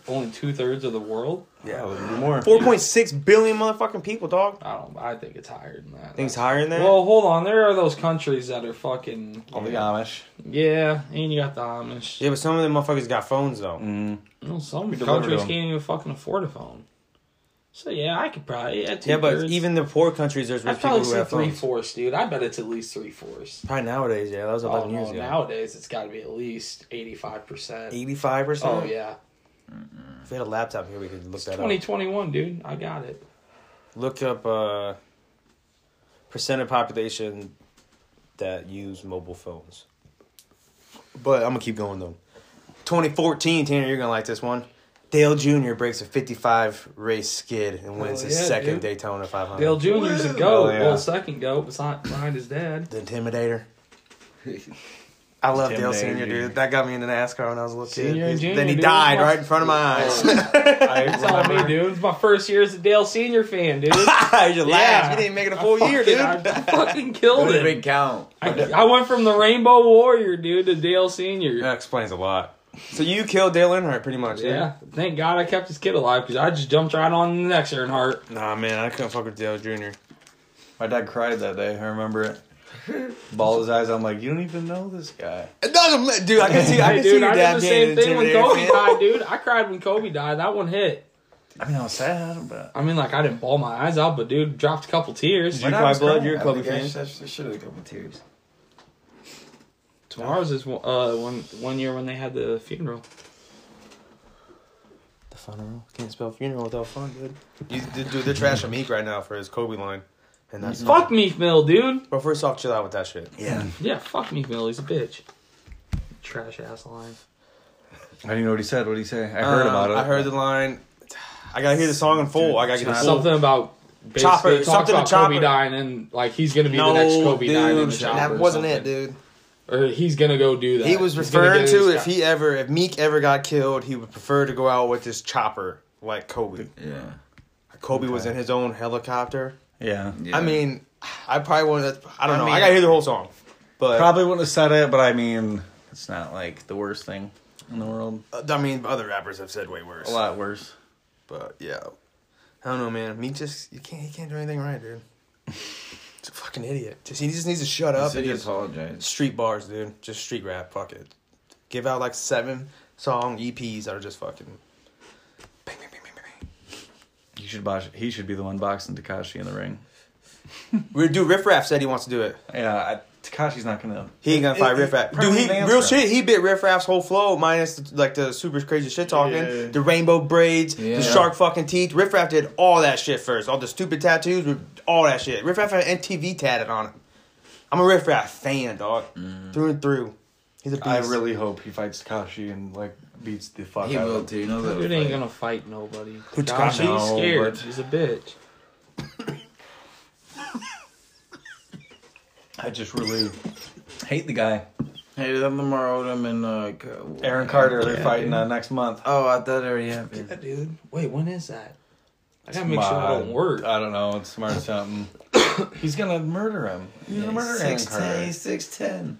Speaker 2: only two thirds of the world?
Speaker 1: Yeah.
Speaker 3: oh, there'd be more.
Speaker 1: 4.6 billion motherfucking people, dog.
Speaker 2: I don't. I think it's higher than that.
Speaker 1: Things higher than that.
Speaker 2: Well, hold on. There are those countries that are fucking.
Speaker 3: All the Amish.
Speaker 2: Yeah, and you got the Amish.
Speaker 1: yeah, but some of them motherfuckers got phones though.
Speaker 3: Mm.
Speaker 2: No, some
Speaker 3: We deliver
Speaker 2: countries
Speaker 3: them.
Speaker 2: can't even fucking afford a phone. So yeah, I could probably. Yeah,
Speaker 1: Yeah, but
Speaker 2: two-thirds.
Speaker 1: even the poor countries, there's rich
Speaker 2: I'd
Speaker 1: people
Speaker 2: probably
Speaker 1: who
Speaker 2: say
Speaker 1: have
Speaker 2: three
Speaker 1: phones.
Speaker 2: fourths, dude. I bet it's at least three fourths.
Speaker 1: Probably nowadays, yeah. That was
Speaker 2: Oh,
Speaker 1: 11 years
Speaker 2: no,
Speaker 1: ago.
Speaker 2: nowadays it's got to be at least eighty five percent.
Speaker 1: 85%?
Speaker 2: Oh yeah,
Speaker 1: If we had a laptop here, we could look that
Speaker 2: twenty
Speaker 1: up.
Speaker 2: twenty one, dude. I got it.
Speaker 1: Look up uh, percent of population that use mobile phones. But I'm going to keep going, though. 2014, Tanner, you're going to like this one. Dale Jr. breaks a 55 race skid and wins
Speaker 2: Hell
Speaker 1: his
Speaker 2: yeah,
Speaker 1: second
Speaker 2: dude.
Speaker 1: Daytona 500.
Speaker 2: Dale Jr.'s a goat.
Speaker 3: Oh, yeah.
Speaker 2: Well, second goat behind, behind his dad.
Speaker 1: the Intimidator. I love Dale
Speaker 3: Intimidator,
Speaker 1: Senior,
Speaker 3: junior.
Speaker 1: dude. That got me into NASCAR when I was a little
Speaker 2: Senior
Speaker 1: kid.
Speaker 2: and junior,
Speaker 1: then he
Speaker 2: dude.
Speaker 1: died right in front of my eyes.
Speaker 3: I
Speaker 2: That's all me,
Speaker 3: remember-
Speaker 2: dude. It's my first year as a Dale Senior fan, dude.
Speaker 1: you just laughed. You didn't make it a full
Speaker 2: fucking,
Speaker 1: year, dude.
Speaker 2: I fucking killed
Speaker 4: What
Speaker 2: it.
Speaker 4: a big count.
Speaker 2: I, I went from the Rainbow Warrior, dude, to Dale Senior.
Speaker 1: That explains a lot. So you killed Dale Earnhardt, pretty much.
Speaker 2: Yeah, thank God I kept this kid alive because I just jumped right on the next Earnhardt.
Speaker 1: Nah, man, I couldn't fuck with Dale Junior.
Speaker 3: My dad cried that day. I remember it. Ball his eyes. I'm like, you don't even know this guy.
Speaker 1: It doesn't, ma- dude. I can see. I
Speaker 2: Hey,
Speaker 1: can see
Speaker 2: dude,
Speaker 1: your
Speaker 2: I
Speaker 1: dad
Speaker 2: did the same
Speaker 1: being
Speaker 2: thing when
Speaker 1: intimidated.
Speaker 2: Kobe died, dude. I cried when Kobe died. That one hit.
Speaker 3: I mean, I was sad, but.
Speaker 2: I mean, like I didn't ball my eyes out, but dude, dropped a couple tears.
Speaker 1: Did you cry blood? You're a Kobe fan.
Speaker 4: should have a couple tears.
Speaker 2: Tomorrow's is one- uh one one year when they had the funeral.
Speaker 1: The funeral can't spell funeral without fun, dude. You, dude, dude, they're trashing Meek right now for his Kobe line, and that's
Speaker 2: Fuck Meek Mill, dude.
Speaker 1: But first off, chill out with that shit.
Speaker 3: Yeah.
Speaker 2: Yeah, fuck Meek Mill. He's a bitch. Trash ass line.
Speaker 3: I didn't know what he said. What did he say? I heard
Speaker 1: Um,
Speaker 3: about it.
Speaker 1: I heard the line. I gotta hear the song in full. I gotta get the full.
Speaker 2: Something about basically
Speaker 1: Chopper,
Speaker 2: talks
Speaker 1: something to
Speaker 2: about Kobe
Speaker 1: Chopper.
Speaker 2: dying and like he's gonna be the next Kobe dying in the chopper.
Speaker 1: that
Speaker 2: or
Speaker 1: wasn't it,
Speaker 2: something.
Speaker 1: dude.
Speaker 2: Or he's gonna go do that.
Speaker 1: He was
Speaker 2: He's gonna
Speaker 1: referring
Speaker 2: get
Speaker 1: to
Speaker 2: his
Speaker 1: if
Speaker 2: guy.
Speaker 1: he ever, if Meek ever got killed, he would prefer to go out with his chopper like Kobe.
Speaker 4: Yeah.
Speaker 1: Kobe was
Speaker 3: Okay.
Speaker 1: in his own helicopter.
Speaker 3: Yeah.
Speaker 4: yeah.
Speaker 1: I mean, I probably wouldn't. I don't
Speaker 3: I
Speaker 1: know.
Speaker 3: mean-
Speaker 1: I gotta hear the whole song, but
Speaker 3: Probably wouldn't have said it, but I mean, it's not like the worst thing in the world.
Speaker 1: I mean, other rappers have said way worse.
Speaker 3: A lot worse.
Speaker 1: But yeah, I don't know, man. Meek just you can't he can't do anything right, dude. He's a fucking idiot. Just he just needs to shut
Speaker 4: the
Speaker 1: up. and
Speaker 4: city
Speaker 1: just-
Speaker 4: apologized.
Speaker 1: street bars, dude. Just street rap. Fuck it. Give out like seven song EPs that are just fucking. Bang, bang, bang, bang, bang, bang.
Speaker 3: He should box, he should be the one boxing Takashi in the ring.
Speaker 1: We do Riff Raff said he wants to do it.
Speaker 3: Yeah, I, Takashi's not gonna.
Speaker 1: He ain't gonna fight
Speaker 3: It- it-
Speaker 1: Riff Raff. Dude,
Speaker 3: probably
Speaker 1: he
Speaker 3: Vance
Speaker 1: real
Speaker 3: Raff.
Speaker 1: shit. He bit Riff Raff's whole flow minus the, like the super crazy shit talking,
Speaker 3: Yeah.
Speaker 1: the rainbow braids,
Speaker 4: Yeah.
Speaker 1: the shark fucking teeth. Riff Raff did all that shit first. All the stupid tattoos, all that shit. Riff Raff had MTV tatted on him. I'm a Riff Raff fan, dog, through and through. He's a beast.
Speaker 3: Mm. I really hope he fights Takashi and like beats the fuck
Speaker 4: He
Speaker 3: out
Speaker 4: will
Speaker 3: of him.
Speaker 4: too. He knows that.
Speaker 2: Dude ain't gonna fight nobody.
Speaker 1: Who,
Speaker 2: Gosh,
Speaker 1: Takashi?
Speaker 2: he's
Speaker 3: No,
Speaker 2: scared.
Speaker 3: but-
Speaker 2: He's a bitch.
Speaker 3: I just really hate the guy.
Speaker 4: Hey, then Lamar Odom and uh, Co-
Speaker 3: Aaron Carter, they're
Speaker 4: Yeah,
Speaker 3: fighting
Speaker 4: dude.
Speaker 3: uh, next month.
Speaker 4: Oh, I thought it already happened.
Speaker 2: dude. Wait, when is that? I gotta make sure I don't
Speaker 3: My-
Speaker 2: work.
Speaker 3: I don't know. It's smart something. He's gonna murder him. He's gonna murder
Speaker 4: Six
Speaker 3: Aaron Carter.
Speaker 4: ten, six ten.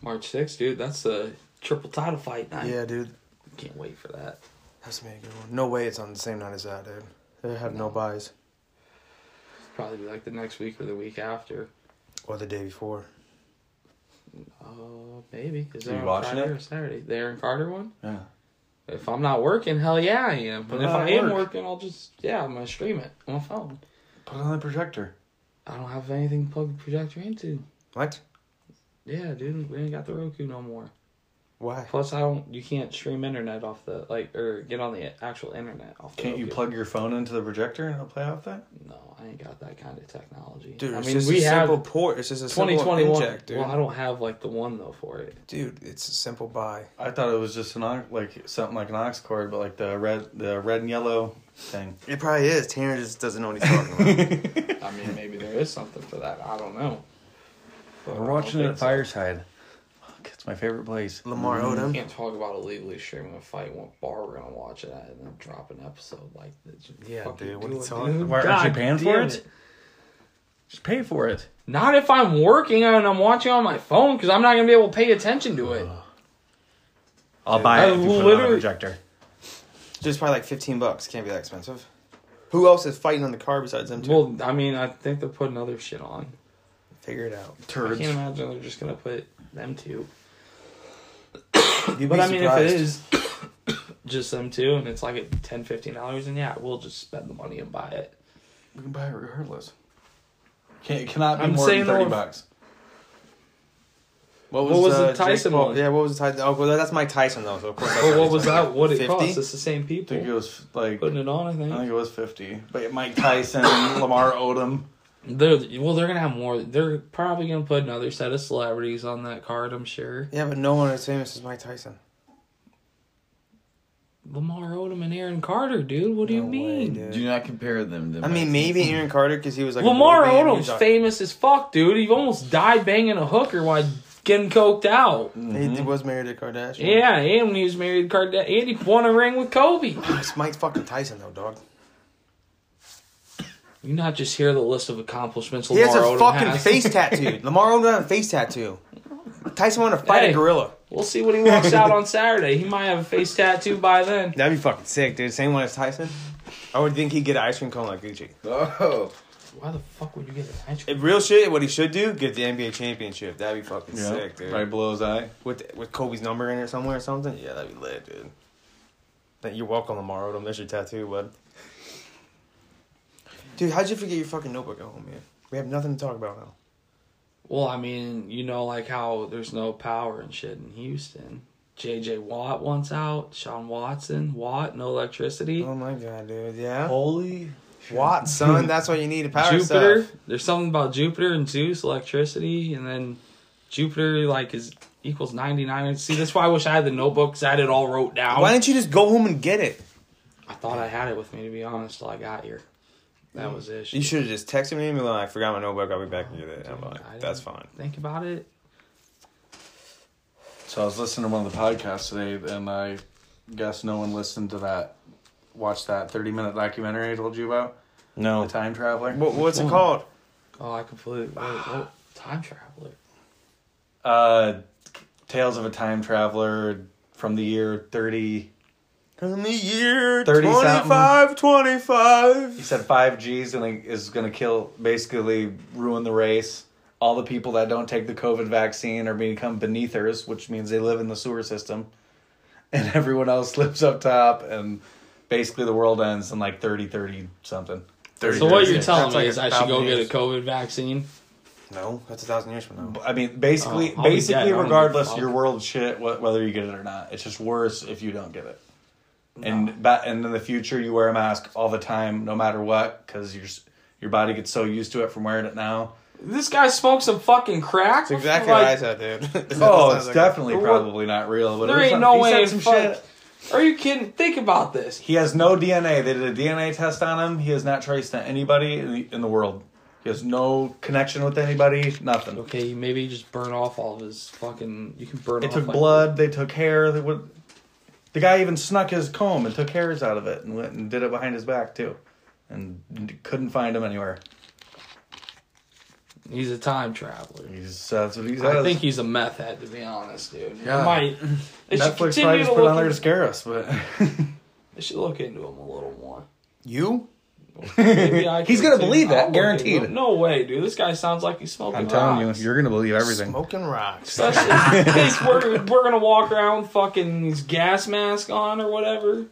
Speaker 2: March 6th, dude. That's a triple title fight night.
Speaker 1: yeah, dude.
Speaker 2: Can't wait for that.
Speaker 1: That's gonna be a good one. No way it's on the same night as that, dude. They have no buys.
Speaker 2: Probably be like the next week or the week after.
Speaker 1: Or the day before.
Speaker 2: Uh, maybe. Is
Speaker 3: Are
Speaker 2: there
Speaker 3: you
Speaker 2: on
Speaker 3: watching
Speaker 2: Friday
Speaker 3: it?
Speaker 2: or Saturday? The Aaron Carter one?
Speaker 3: Yeah.
Speaker 2: If I'm not working, hell yeah, I am. But
Speaker 3: Put
Speaker 2: if
Speaker 3: it on
Speaker 2: I am
Speaker 3: work.
Speaker 2: working, I'll just, yeah, I'm going to stream it on my phone.
Speaker 3: Put it on the projector.
Speaker 2: I don't have anything to plug the projector into.
Speaker 1: What?
Speaker 2: Yeah, dude, we ain't got the Roku no more.
Speaker 1: Why?
Speaker 2: Plus, I don't. You can't stream internet off the like, or get on the actual internet off. The
Speaker 3: Can't you
Speaker 2: Roku.
Speaker 3: plug your phone into the projector and it'll play off that?
Speaker 2: No, I ain't got that kind of technology.
Speaker 1: Dude,
Speaker 2: I
Speaker 1: it's
Speaker 2: mean,
Speaker 1: just
Speaker 2: we
Speaker 1: a
Speaker 2: have
Speaker 1: simple port. It's just a simple
Speaker 2: 2021.
Speaker 1: inject, dude.
Speaker 2: Well, I don't have like the one though for it.
Speaker 1: Dude, it's a simple buy.
Speaker 3: I thought it was just an aux, like something like an aux cord, but like the red, the red and yellow thing.
Speaker 1: It probably is. Tanner just doesn't know what he's talking about.
Speaker 2: I mean, maybe there is something for that. I don't know. But I
Speaker 3: We're watching
Speaker 2: don't think
Speaker 3: it at
Speaker 2: so.
Speaker 3: Fireside. Fuck, it's my favorite place. Mm-hmm.
Speaker 1: Lamar Odom.
Speaker 2: Can't talk about illegally streaming a fight. What bar we're gonna watch it at, and then drop an episode like this. Just
Speaker 1: Yeah,
Speaker 2: fucking
Speaker 1: dude,
Speaker 2: do
Speaker 1: what are you
Speaker 2: it,
Speaker 1: talking
Speaker 2: dude.
Speaker 3: Why aren't you
Speaker 2: God
Speaker 3: paying for
Speaker 2: damn
Speaker 3: it? Just pay for it.
Speaker 2: Not if I'm working and I'm watching on my phone because I'm not gonna be able to pay attention to it.
Speaker 3: I'll
Speaker 1: Dude,
Speaker 3: buy
Speaker 2: I
Speaker 3: it. If you put it on a
Speaker 2: literally-
Speaker 3: projector.
Speaker 1: Just probably like 15 bucks. Can't be that expensive. Who else is fighting on the car besides them two?
Speaker 2: Well, I mean, I think they're putting other shit on.
Speaker 1: Figure it out.
Speaker 2: I can't
Speaker 3: Turds.
Speaker 2: imagine they're just gonna put them two.
Speaker 1: You'd
Speaker 2: But
Speaker 1: be
Speaker 2: I mean,
Speaker 1: surprised.
Speaker 2: if it is just them two, and it's like at ten, fifteen dollars, and yeah, we'll just spend the money and buy it.
Speaker 3: We can buy it regardless. Can, it cannot be
Speaker 2: I'm
Speaker 3: more
Speaker 2: saying
Speaker 3: than thirty
Speaker 2: though,
Speaker 3: bucks.
Speaker 1: What
Speaker 2: was, uh,
Speaker 1: Jake
Speaker 2: Tyson
Speaker 1: Paul-
Speaker 2: one?
Speaker 1: Yeah, what was the Tyson? Oh, well, that's Mike Tyson though. So of course. that's
Speaker 2: Well, what was
Speaker 1: expensive.
Speaker 2: that? What it
Speaker 1: 50?
Speaker 2: cost? It's the same
Speaker 3: I think it
Speaker 2: people
Speaker 3: was like
Speaker 2: putting it on. I
Speaker 3: I
Speaker 2: think.
Speaker 3: think it was fifty. But Mike Tyson, Lamar Odom.
Speaker 2: They're well, they're gonna have more. They're probably gonna put another set of celebrities on that card. I'm sure.
Speaker 1: Yeah, but no one as famous as Mike Tyson.
Speaker 2: Lamar Odom and Aaron Carter, dude. What do you
Speaker 1: No way,
Speaker 2: mean?
Speaker 1: dude.
Speaker 4: Do not compare them. To
Speaker 1: I mean, maybe Aaron Carter because he was like a
Speaker 2: Lamar
Speaker 1: boy band, he was
Speaker 2: Odom's
Speaker 1: like-
Speaker 2: famous as fuck, dude. He almost died banging a hooker while getting coked out.
Speaker 1: He was married to Kardashian.
Speaker 2: Yeah, and when he was married to Kardashian, and he won a ring with Kobe.
Speaker 1: it's Mike fucking Tyson though, dog.
Speaker 2: You not just hear the list of accomplishments
Speaker 1: He
Speaker 2: Lamar
Speaker 1: has a
Speaker 2: Odom
Speaker 1: fucking
Speaker 2: has.
Speaker 1: face tattoo. Lamar Odom had a face tattoo. Tyson wanted to fight
Speaker 2: Hey.
Speaker 1: a gorilla.
Speaker 2: We'll see when he walks out on Saturday. He might have a face tattoo by then.
Speaker 1: That'd be fucking sick, dude. Same one as Tyson. I would think he'd get an ice cream cone like Gucci.
Speaker 4: Oh,
Speaker 2: Why the fuck would you get an ice cream?
Speaker 1: If real shit, what he should do, get the NBA championship. That'd be fucking
Speaker 3: Yeah,
Speaker 1: sick, dude.
Speaker 3: right below his eye.
Speaker 1: with with Kobe's number in it somewhere or something. Yeah, that'd be lit, dude. That you're welcome, Lamar Odom. There's your tattoo, bud. Dude, how'd you forget your fucking notebook at home, man? We have nothing to talk about now.
Speaker 2: Well, I mean, you know, like how there's no power and shit in Houston. J.J. Watt wants out. Sean Watson, Watt, no electricity.
Speaker 1: Oh my god, dude. Yeah.
Speaker 3: Holy
Speaker 1: Watt, son. That's what you need to power
Speaker 2: Jupiter.
Speaker 1: stuff.
Speaker 2: There's something about Jupiter and Zeus, electricity, and then Jupiter like is equals 99. See, that's why I wish I had the notebooks. I had it all wrote down.
Speaker 1: Why didn't you just go home and get it?
Speaker 2: I thought I had it with me to be honest till I got here. That was it.
Speaker 1: You should have just texted me and be like, I forgot my notebook. I'll be back and get it. I'm
Speaker 2: I
Speaker 1: like,
Speaker 2: didn't-
Speaker 1: that's fine.
Speaker 2: Think about it.
Speaker 3: So I was listening to one of the podcasts today, and I guess no one listened to that, watched that thirty-minute documentary I told you about,
Speaker 1: No.
Speaker 3: the time traveler.
Speaker 1: What, what's it called?
Speaker 2: Oh, I completely wait, oh, time traveler.
Speaker 3: Uh, Tales of a Time Traveler from the year thirty.
Speaker 1: From the year
Speaker 3: 30 something.
Speaker 1: 2525.
Speaker 3: He said five G's and it is going to kill, basically ruin the race. All the people that don't take the COVID vaccine are become beneathers, which means they live in the sewer system, and everyone else lives up top, and basically the world ends in like 30, 30 something.
Speaker 1: 30,
Speaker 2: So what
Speaker 1: That's
Speaker 2: you're telling
Speaker 1: like
Speaker 2: me
Speaker 1: a
Speaker 2: is I should go
Speaker 1: thousand
Speaker 2: get a
Speaker 1: years.
Speaker 2: COVID vaccine.
Speaker 1: No, that's a thousand years from now.
Speaker 3: I mean, basically,
Speaker 2: Oh, I'll be dead. I
Speaker 3: basically,
Speaker 2: don't
Speaker 3: regardless,
Speaker 2: give a
Speaker 3: your
Speaker 2: fuck.
Speaker 3: world shit, wh- whether you get it or not, it's just worse if you don't get it. And ba- and in the future, you wear a mask all the time, no matter what, because your s- your body gets so used to it from wearing it now.
Speaker 2: This guy smoked some fucking crack.
Speaker 1: That's exactly
Speaker 2: Like,
Speaker 1: what I said, dude.
Speaker 3: Oh,
Speaker 1: Sounds
Speaker 3: it's
Speaker 1: like-
Speaker 3: definitely
Speaker 2: What-
Speaker 3: probably not real. But it
Speaker 2: There
Speaker 3: was
Speaker 2: ain't
Speaker 3: some-
Speaker 2: no
Speaker 3: he
Speaker 2: way
Speaker 3: said
Speaker 2: in
Speaker 3: some
Speaker 2: fuck.
Speaker 3: shit.
Speaker 2: Are you kidding? Think about this.
Speaker 3: He has no DNA. They did a DNA test on him. He is not traced to anybody in the, in the world. He has no connection with anybody. Nothing.
Speaker 2: Okay, maybe just burn off all of his fucking. You can burn.
Speaker 3: They
Speaker 2: off
Speaker 3: took
Speaker 2: like-
Speaker 3: blood. They took hair. They would, the guy even snuck his comb and took hairs out of it and went and did it behind his back too, and d- couldn't find him anywhere.
Speaker 2: He's a time traveler.
Speaker 3: He's that's what he says.
Speaker 2: I think he's a meth head, to be honest, dude.
Speaker 3: Yeah.
Speaker 2: Yeah. Might. They should continue
Speaker 3: Netflix probably
Speaker 2: to
Speaker 3: just put
Speaker 2: look.
Speaker 3: on there to
Speaker 2: into-
Speaker 3: scare us, but
Speaker 2: They should look into him a little more.
Speaker 1: You?
Speaker 2: Maybe I
Speaker 3: He's
Speaker 2: could,
Speaker 3: gonna
Speaker 2: too.
Speaker 3: believe
Speaker 2: I
Speaker 3: that,
Speaker 2: don't
Speaker 3: guaranteed.
Speaker 2: believe it. No way, dude. This guy sounds like he's smoking.
Speaker 3: I'm telling
Speaker 2: rocks.
Speaker 3: you, you're gonna believe everything.
Speaker 1: Smoking rocks.
Speaker 2: Especially since we're, we're gonna walk around with fucking his gas mask on or whatever.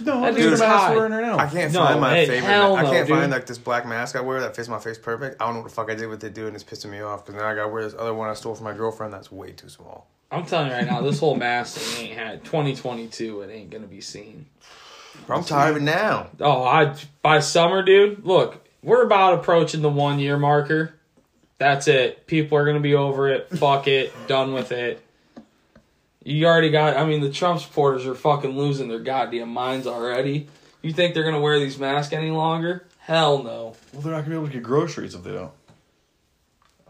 Speaker 3: No,
Speaker 2: That dude's high.
Speaker 3: right
Speaker 1: I
Speaker 3: now.
Speaker 1: can't
Speaker 2: No,
Speaker 1: find my
Speaker 2: hey,
Speaker 1: favorite.
Speaker 2: hell
Speaker 1: I
Speaker 2: no,
Speaker 1: can't
Speaker 2: dude.
Speaker 1: find like this black mask I wear that fits my face perfect. I don't know what the fuck I did with it, dude, and it's pissing me off because now I gotta wear this other one I stole from my girlfriend that's way too small.
Speaker 2: I'm telling you right now, this whole mask thing ain't had 2022. It ain't gonna be seen.
Speaker 1: Bro, I'm tired of it now.
Speaker 2: Oh, I by summer, dude. Look, we're about approaching the one year marker. That's it. People are gonna be over it. Fuck it. Done with it. You already got. I mean, the Trump supporters are fucking losing their goddamn minds already. You think they're gonna wear these masks any longer? Hell no.
Speaker 3: Well, they're not gonna be able to get groceries if they don't.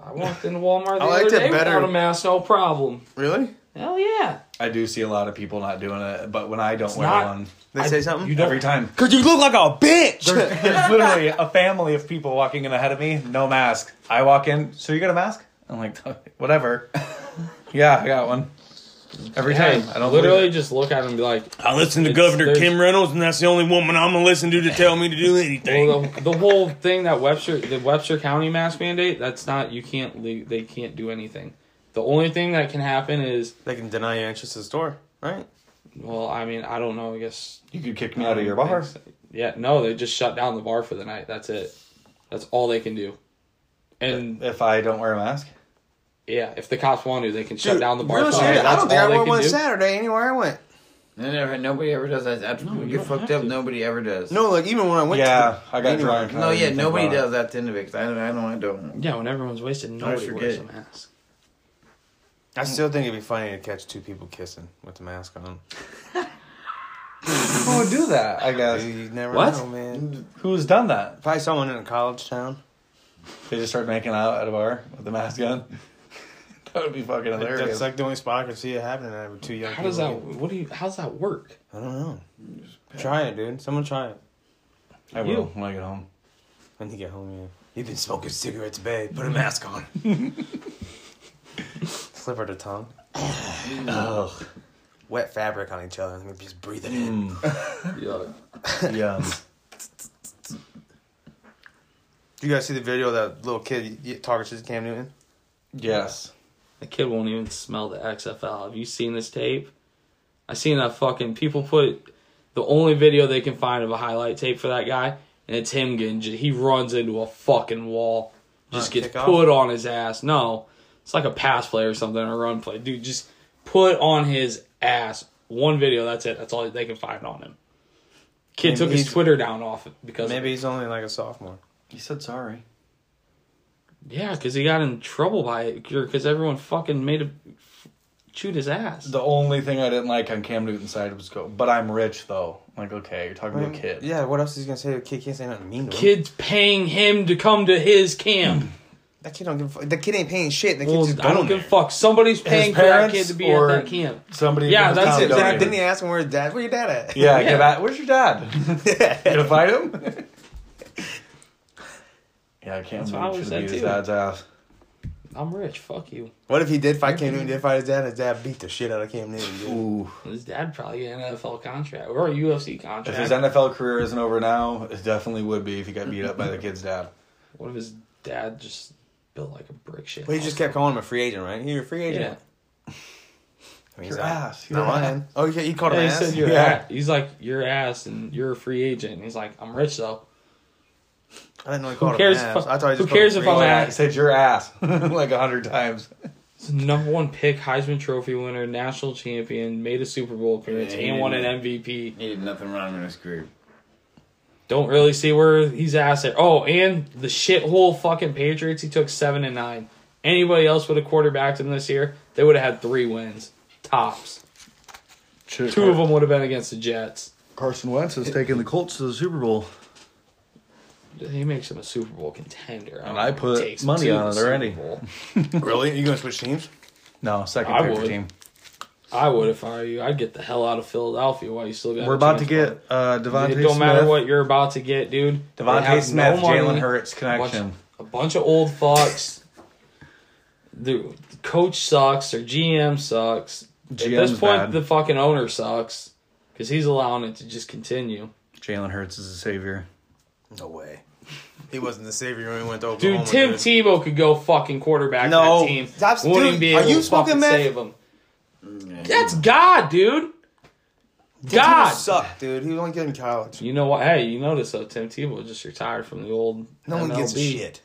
Speaker 2: I walked into Walmart the
Speaker 1: I liked
Speaker 2: other
Speaker 1: it
Speaker 2: day
Speaker 1: better-
Speaker 2: without a mask, no problem.
Speaker 1: Really?
Speaker 2: Hell yeah.
Speaker 3: I do see a lot of people not doing it, but when I don't wear
Speaker 2: not-
Speaker 3: one,
Speaker 1: They
Speaker 2: I-
Speaker 1: say something?
Speaker 2: you don't-
Speaker 3: every time
Speaker 1: Because you look like a
Speaker 3: there's,
Speaker 1: bitch!
Speaker 3: there's literally a family of people walking in ahead of me, no mask. I walk in, so you got a mask? I'm like, whatever. yeah, I got one. Every time, I don't
Speaker 2: literally
Speaker 3: literally.
Speaker 2: just look at him and be like,
Speaker 1: I listen to
Speaker 2: It's- Governor there's- Kim
Speaker 1: Reynolds, and that's the only woman I'm gonna listen to to tell me to do anything.
Speaker 2: well, the, the whole thing that Webster, the Webster County mask mandate, that's not you can't le- they can't do anything. The only thing that can happen is,
Speaker 1: they can deny you entrance to the store, right?
Speaker 2: well, I mean, I don't know. I guess
Speaker 3: You could kick me out of your bar.
Speaker 2: yeah, no, they just shut down the bar for the night. That's it. That's all they can do. And
Speaker 3: If I don't wear a mask,
Speaker 2: yeah, if the cops want to, they can shut down the bar.
Speaker 1: real
Speaker 2: for the
Speaker 1: shit,
Speaker 2: night.
Speaker 1: I
Speaker 2: That's
Speaker 1: don't think
Speaker 2: all
Speaker 1: I
Speaker 2: they
Speaker 1: wore
Speaker 2: can
Speaker 1: one
Speaker 2: do.
Speaker 1: Saturday anywhere I went.
Speaker 4: They never, nobody ever does that. After people
Speaker 2: you
Speaker 4: get
Speaker 2: don't
Speaker 4: fucked
Speaker 2: have
Speaker 4: up,
Speaker 2: to.
Speaker 4: nobody ever does.
Speaker 1: No, like even when I went
Speaker 3: yeah,
Speaker 1: to
Speaker 3: I got
Speaker 1: anyway.
Speaker 3: drunk.
Speaker 4: no,
Speaker 3: I
Speaker 4: yeah,
Speaker 3: didn't think
Speaker 4: nobody
Speaker 3: about it.
Speaker 4: does that to end of it. 'cause I don't, I don't, I don't.
Speaker 2: Yeah, when everyone's wasted, nobody wears a
Speaker 4: forget.
Speaker 2: mask.
Speaker 1: the, I still think it'd be funny to catch two people kissing with the mask on.
Speaker 3: Who would do that? I guess.
Speaker 1: You never
Speaker 2: What?
Speaker 1: know, man.
Speaker 3: Who's done that?
Speaker 1: Probably someone in a college town.
Speaker 3: They just start making out at a bar with the mask on. that would be fucking hilarious.
Speaker 1: That's like the only spot I can see it happening. I have two young.
Speaker 2: How does that?
Speaker 1: people.
Speaker 2: What do you? How's that work?
Speaker 1: I don't know. Try it, dude. Someone try it.
Speaker 3: I will
Speaker 2: You.
Speaker 3: when I get home.
Speaker 1: When you get home, yeah. You've been smoking cigarettes, babe. Put a mask on. Slip her the tongue.
Speaker 3: Ugh.
Speaker 1: Wet fabric on each other. Let me just breathe it in.
Speaker 3: Mm.
Speaker 2: Yeah.
Speaker 3: Yum.
Speaker 1: You guys see the video of that little kid y- y- talking shit to Cam Newton?
Speaker 3: Yes.
Speaker 2: The kid won't even smell the XFL. Have you seen this tape? I seen that fucking people put the only video they can find of a highlight tape for that guy, and it's him getting ju- he runs into a fucking wall, just
Speaker 1: Uh,
Speaker 2: gets
Speaker 1: kickoff?
Speaker 2: put on his ass. No, it's like a pass play or something, a run play, dude. Just put on his ass. One video, that's it. That's all they can find on him. Kid
Speaker 1: Maybe
Speaker 2: took his
Speaker 1: he's-
Speaker 2: Twitter down off it because
Speaker 1: Maybe he's only like a sophomore.
Speaker 3: He said sorry.
Speaker 2: yeah, because he got in trouble by it because everyone fucking made him f- shoot his ass.
Speaker 3: The only thing I didn't like on Cam Newton's side was go, but I'm rich though. Like, okay, you're talking to a
Speaker 2: Mm,
Speaker 3: kid.
Speaker 1: Yeah, what else is he gonna say to a kid? Can't say nothing mean to him.
Speaker 2: kids paying him to come to his camp.
Speaker 1: That kid don't give a fuck. The kid ain't paying shit. The kid
Speaker 2: well,
Speaker 1: just
Speaker 2: I don't
Speaker 1: going
Speaker 2: give a
Speaker 1: there.
Speaker 2: fuck. Somebody's paying for that
Speaker 3: parents
Speaker 2: kid to be
Speaker 3: or
Speaker 2: at that camp.
Speaker 3: Somebody.
Speaker 2: Yeah,
Speaker 3: from his
Speaker 2: that's
Speaker 3: town
Speaker 2: it.
Speaker 3: donated.
Speaker 1: Didn't he ask him where his dad? Where your dad at?
Speaker 3: Yeah,
Speaker 2: Yeah.
Speaker 3: Give that. Where's your dad? you gonna fight him? yeah, Cam
Speaker 2: That's what I
Speaker 3: Newton
Speaker 2: always
Speaker 3: should
Speaker 2: said,
Speaker 3: beat his
Speaker 2: too.
Speaker 3: dad's ass.
Speaker 2: I'm rich. Fuck you.
Speaker 1: What if he did fight Cam Newton? Did fight his dad? His dad beat the shit out of Cam Newton. dude.
Speaker 3: Ooh.
Speaker 2: His dad probably get an NFL contract or a UFC
Speaker 3: If
Speaker 2: contract.
Speaker 3: his NFL career isn't over now, it definitely would be if he got beat up by the kid's dad.
Speaker 2: what if his dad just built like a brick shit?
Speaker 1: Well, he just kept calling him a free agent, right? You're a free agent.
Speaker 2: Yeah.
Speaker 1: I mean,
Speaker 3: Your
Speaker 1: he's like,
Speaker 3: ass,
Speaker 1: "No,
Speaker 3: your
Speaker 1: I
Speaker 3: ass."
Speaker 1: am." Oh, yeah, he called
Speaker 2: Yeah,
Speaker 1: him
Speaker 2: he
Speaker 1: ass.
Speaker 2: said you're
Speaker 3: Yeah.
Speaker 2: ass. He's like your ass, and you're a free agent. And he's like, I'm rich though.
Speaker 1: I didn't know he
Speaker 2: Who
Speaker 1: called
Speaker 2: cares
Speaker 1: him
Speaker 2: if
Speaker 1: ass.
Speaker 2: I-
Speaker 1: I thought he just
Speaker 2: who
Speaker 1: called him
Speaker 2: cares if
Speaker 1: free
Speaker 2: I'm
Speaker 3: Oh,
Speaker 1: agent.
Speaker 3: yeah,
Speaker 2: ass?
Speaker 3: he said your ass like a hundred times.
Speaker 2: He's the number one pick, Heisman Trophy winner, national champion, made a Super Bowl appearance,
Speaker 4: Yeah, he
Speaker 2: and won an
Speaker 4: didn't-
Speaker 2: MVP.
Speaker 4: He did nothing wrong in his career.
Speaker 2: Don't really see where he's ass there. Oh, and the shithole fucking Patriots, he took seven and nine. Anybody else would have quarterbacked him this year, they would have had three wins. Tops. Two of them would have been against the Jets.
Speaker 3: Carson Wentz has taken the Colts to the Super Bowl,
Speaker 2: He makes him a Super Bowl contender.
Speaker 3: And I
Speaker 2: don't
Speaker 3: put
Speaker 2: know, takes him
Speaker 3: money
Speaker 2: to
Speaker 3: on
Speaker 2: the
Speaker 3: it
Speaker 2: Super
Speaker 3: already.
Speaker 2: Bowl.
Speaker 1: Really? You gonna switch teams?
Speaker 3: No, second
Speaker 2: I
Speaker 3: pick for
Speaker 2: would.
Speaker 3: team.
Speaker 2: I would if I were you. I'd get the hell out of Philadelphia while you still got
Speaker 3: We're
Speaker 2: a
Speaker 3: about to
Speaker 2: chance, bud.
Speaker 3: get uh, Devontae
Speaker 2: It don't matter
Speaker 3: Smith.
Speaker 2: what you're about to get, dude. They have
Speaker 3: Devontae
Speaker 2: no
Speaker 3: Smith,
Speaker 2: money.
Speaker 3: Jalen Hurts
Speaker 2: A bunch-
Speaker 3: connection.
Speaker 2: A bunch of old fucks. Dude, the coach sucks. Their GM sucks. At
Speaker 3: GM's
Speaker 2: this point,
Speaker 3: bad.
Speaker 2: the fucking owner sucks because he's allowing it to just continue.
Speaker 3: Jalen Hurts is a savior.
Speaker 1: No way. He wasn't the savior when he went to Oklahoma.
Speaker 2: Dude, Tim Tebow could go fucking quarterback
Speaker 1: No.
Speaker 2: that team.
Speaker 1: Stop-
Speaker 2: Wouldn't
Speaker 1: dude,
Speaker 2: be
Speaker 1: are
Speaker 2: able
Speaker 1: you
Speaker 2: to
Speaker 1: smoking
Speaker 2: fucking
Speaker 1: meth?
Speaker 2: save him. That's God, dude.
Speaker 1: Tebow
Speaker 2: God.
Speaker 1: sucked, dude. He was only good in college.
Speaker 2: You know what? Hey, you notice though, Tim Tebow just retired from the old.
Speaker 1: No one gives a
Speaker 2: MLB.
Speaker 1: shit.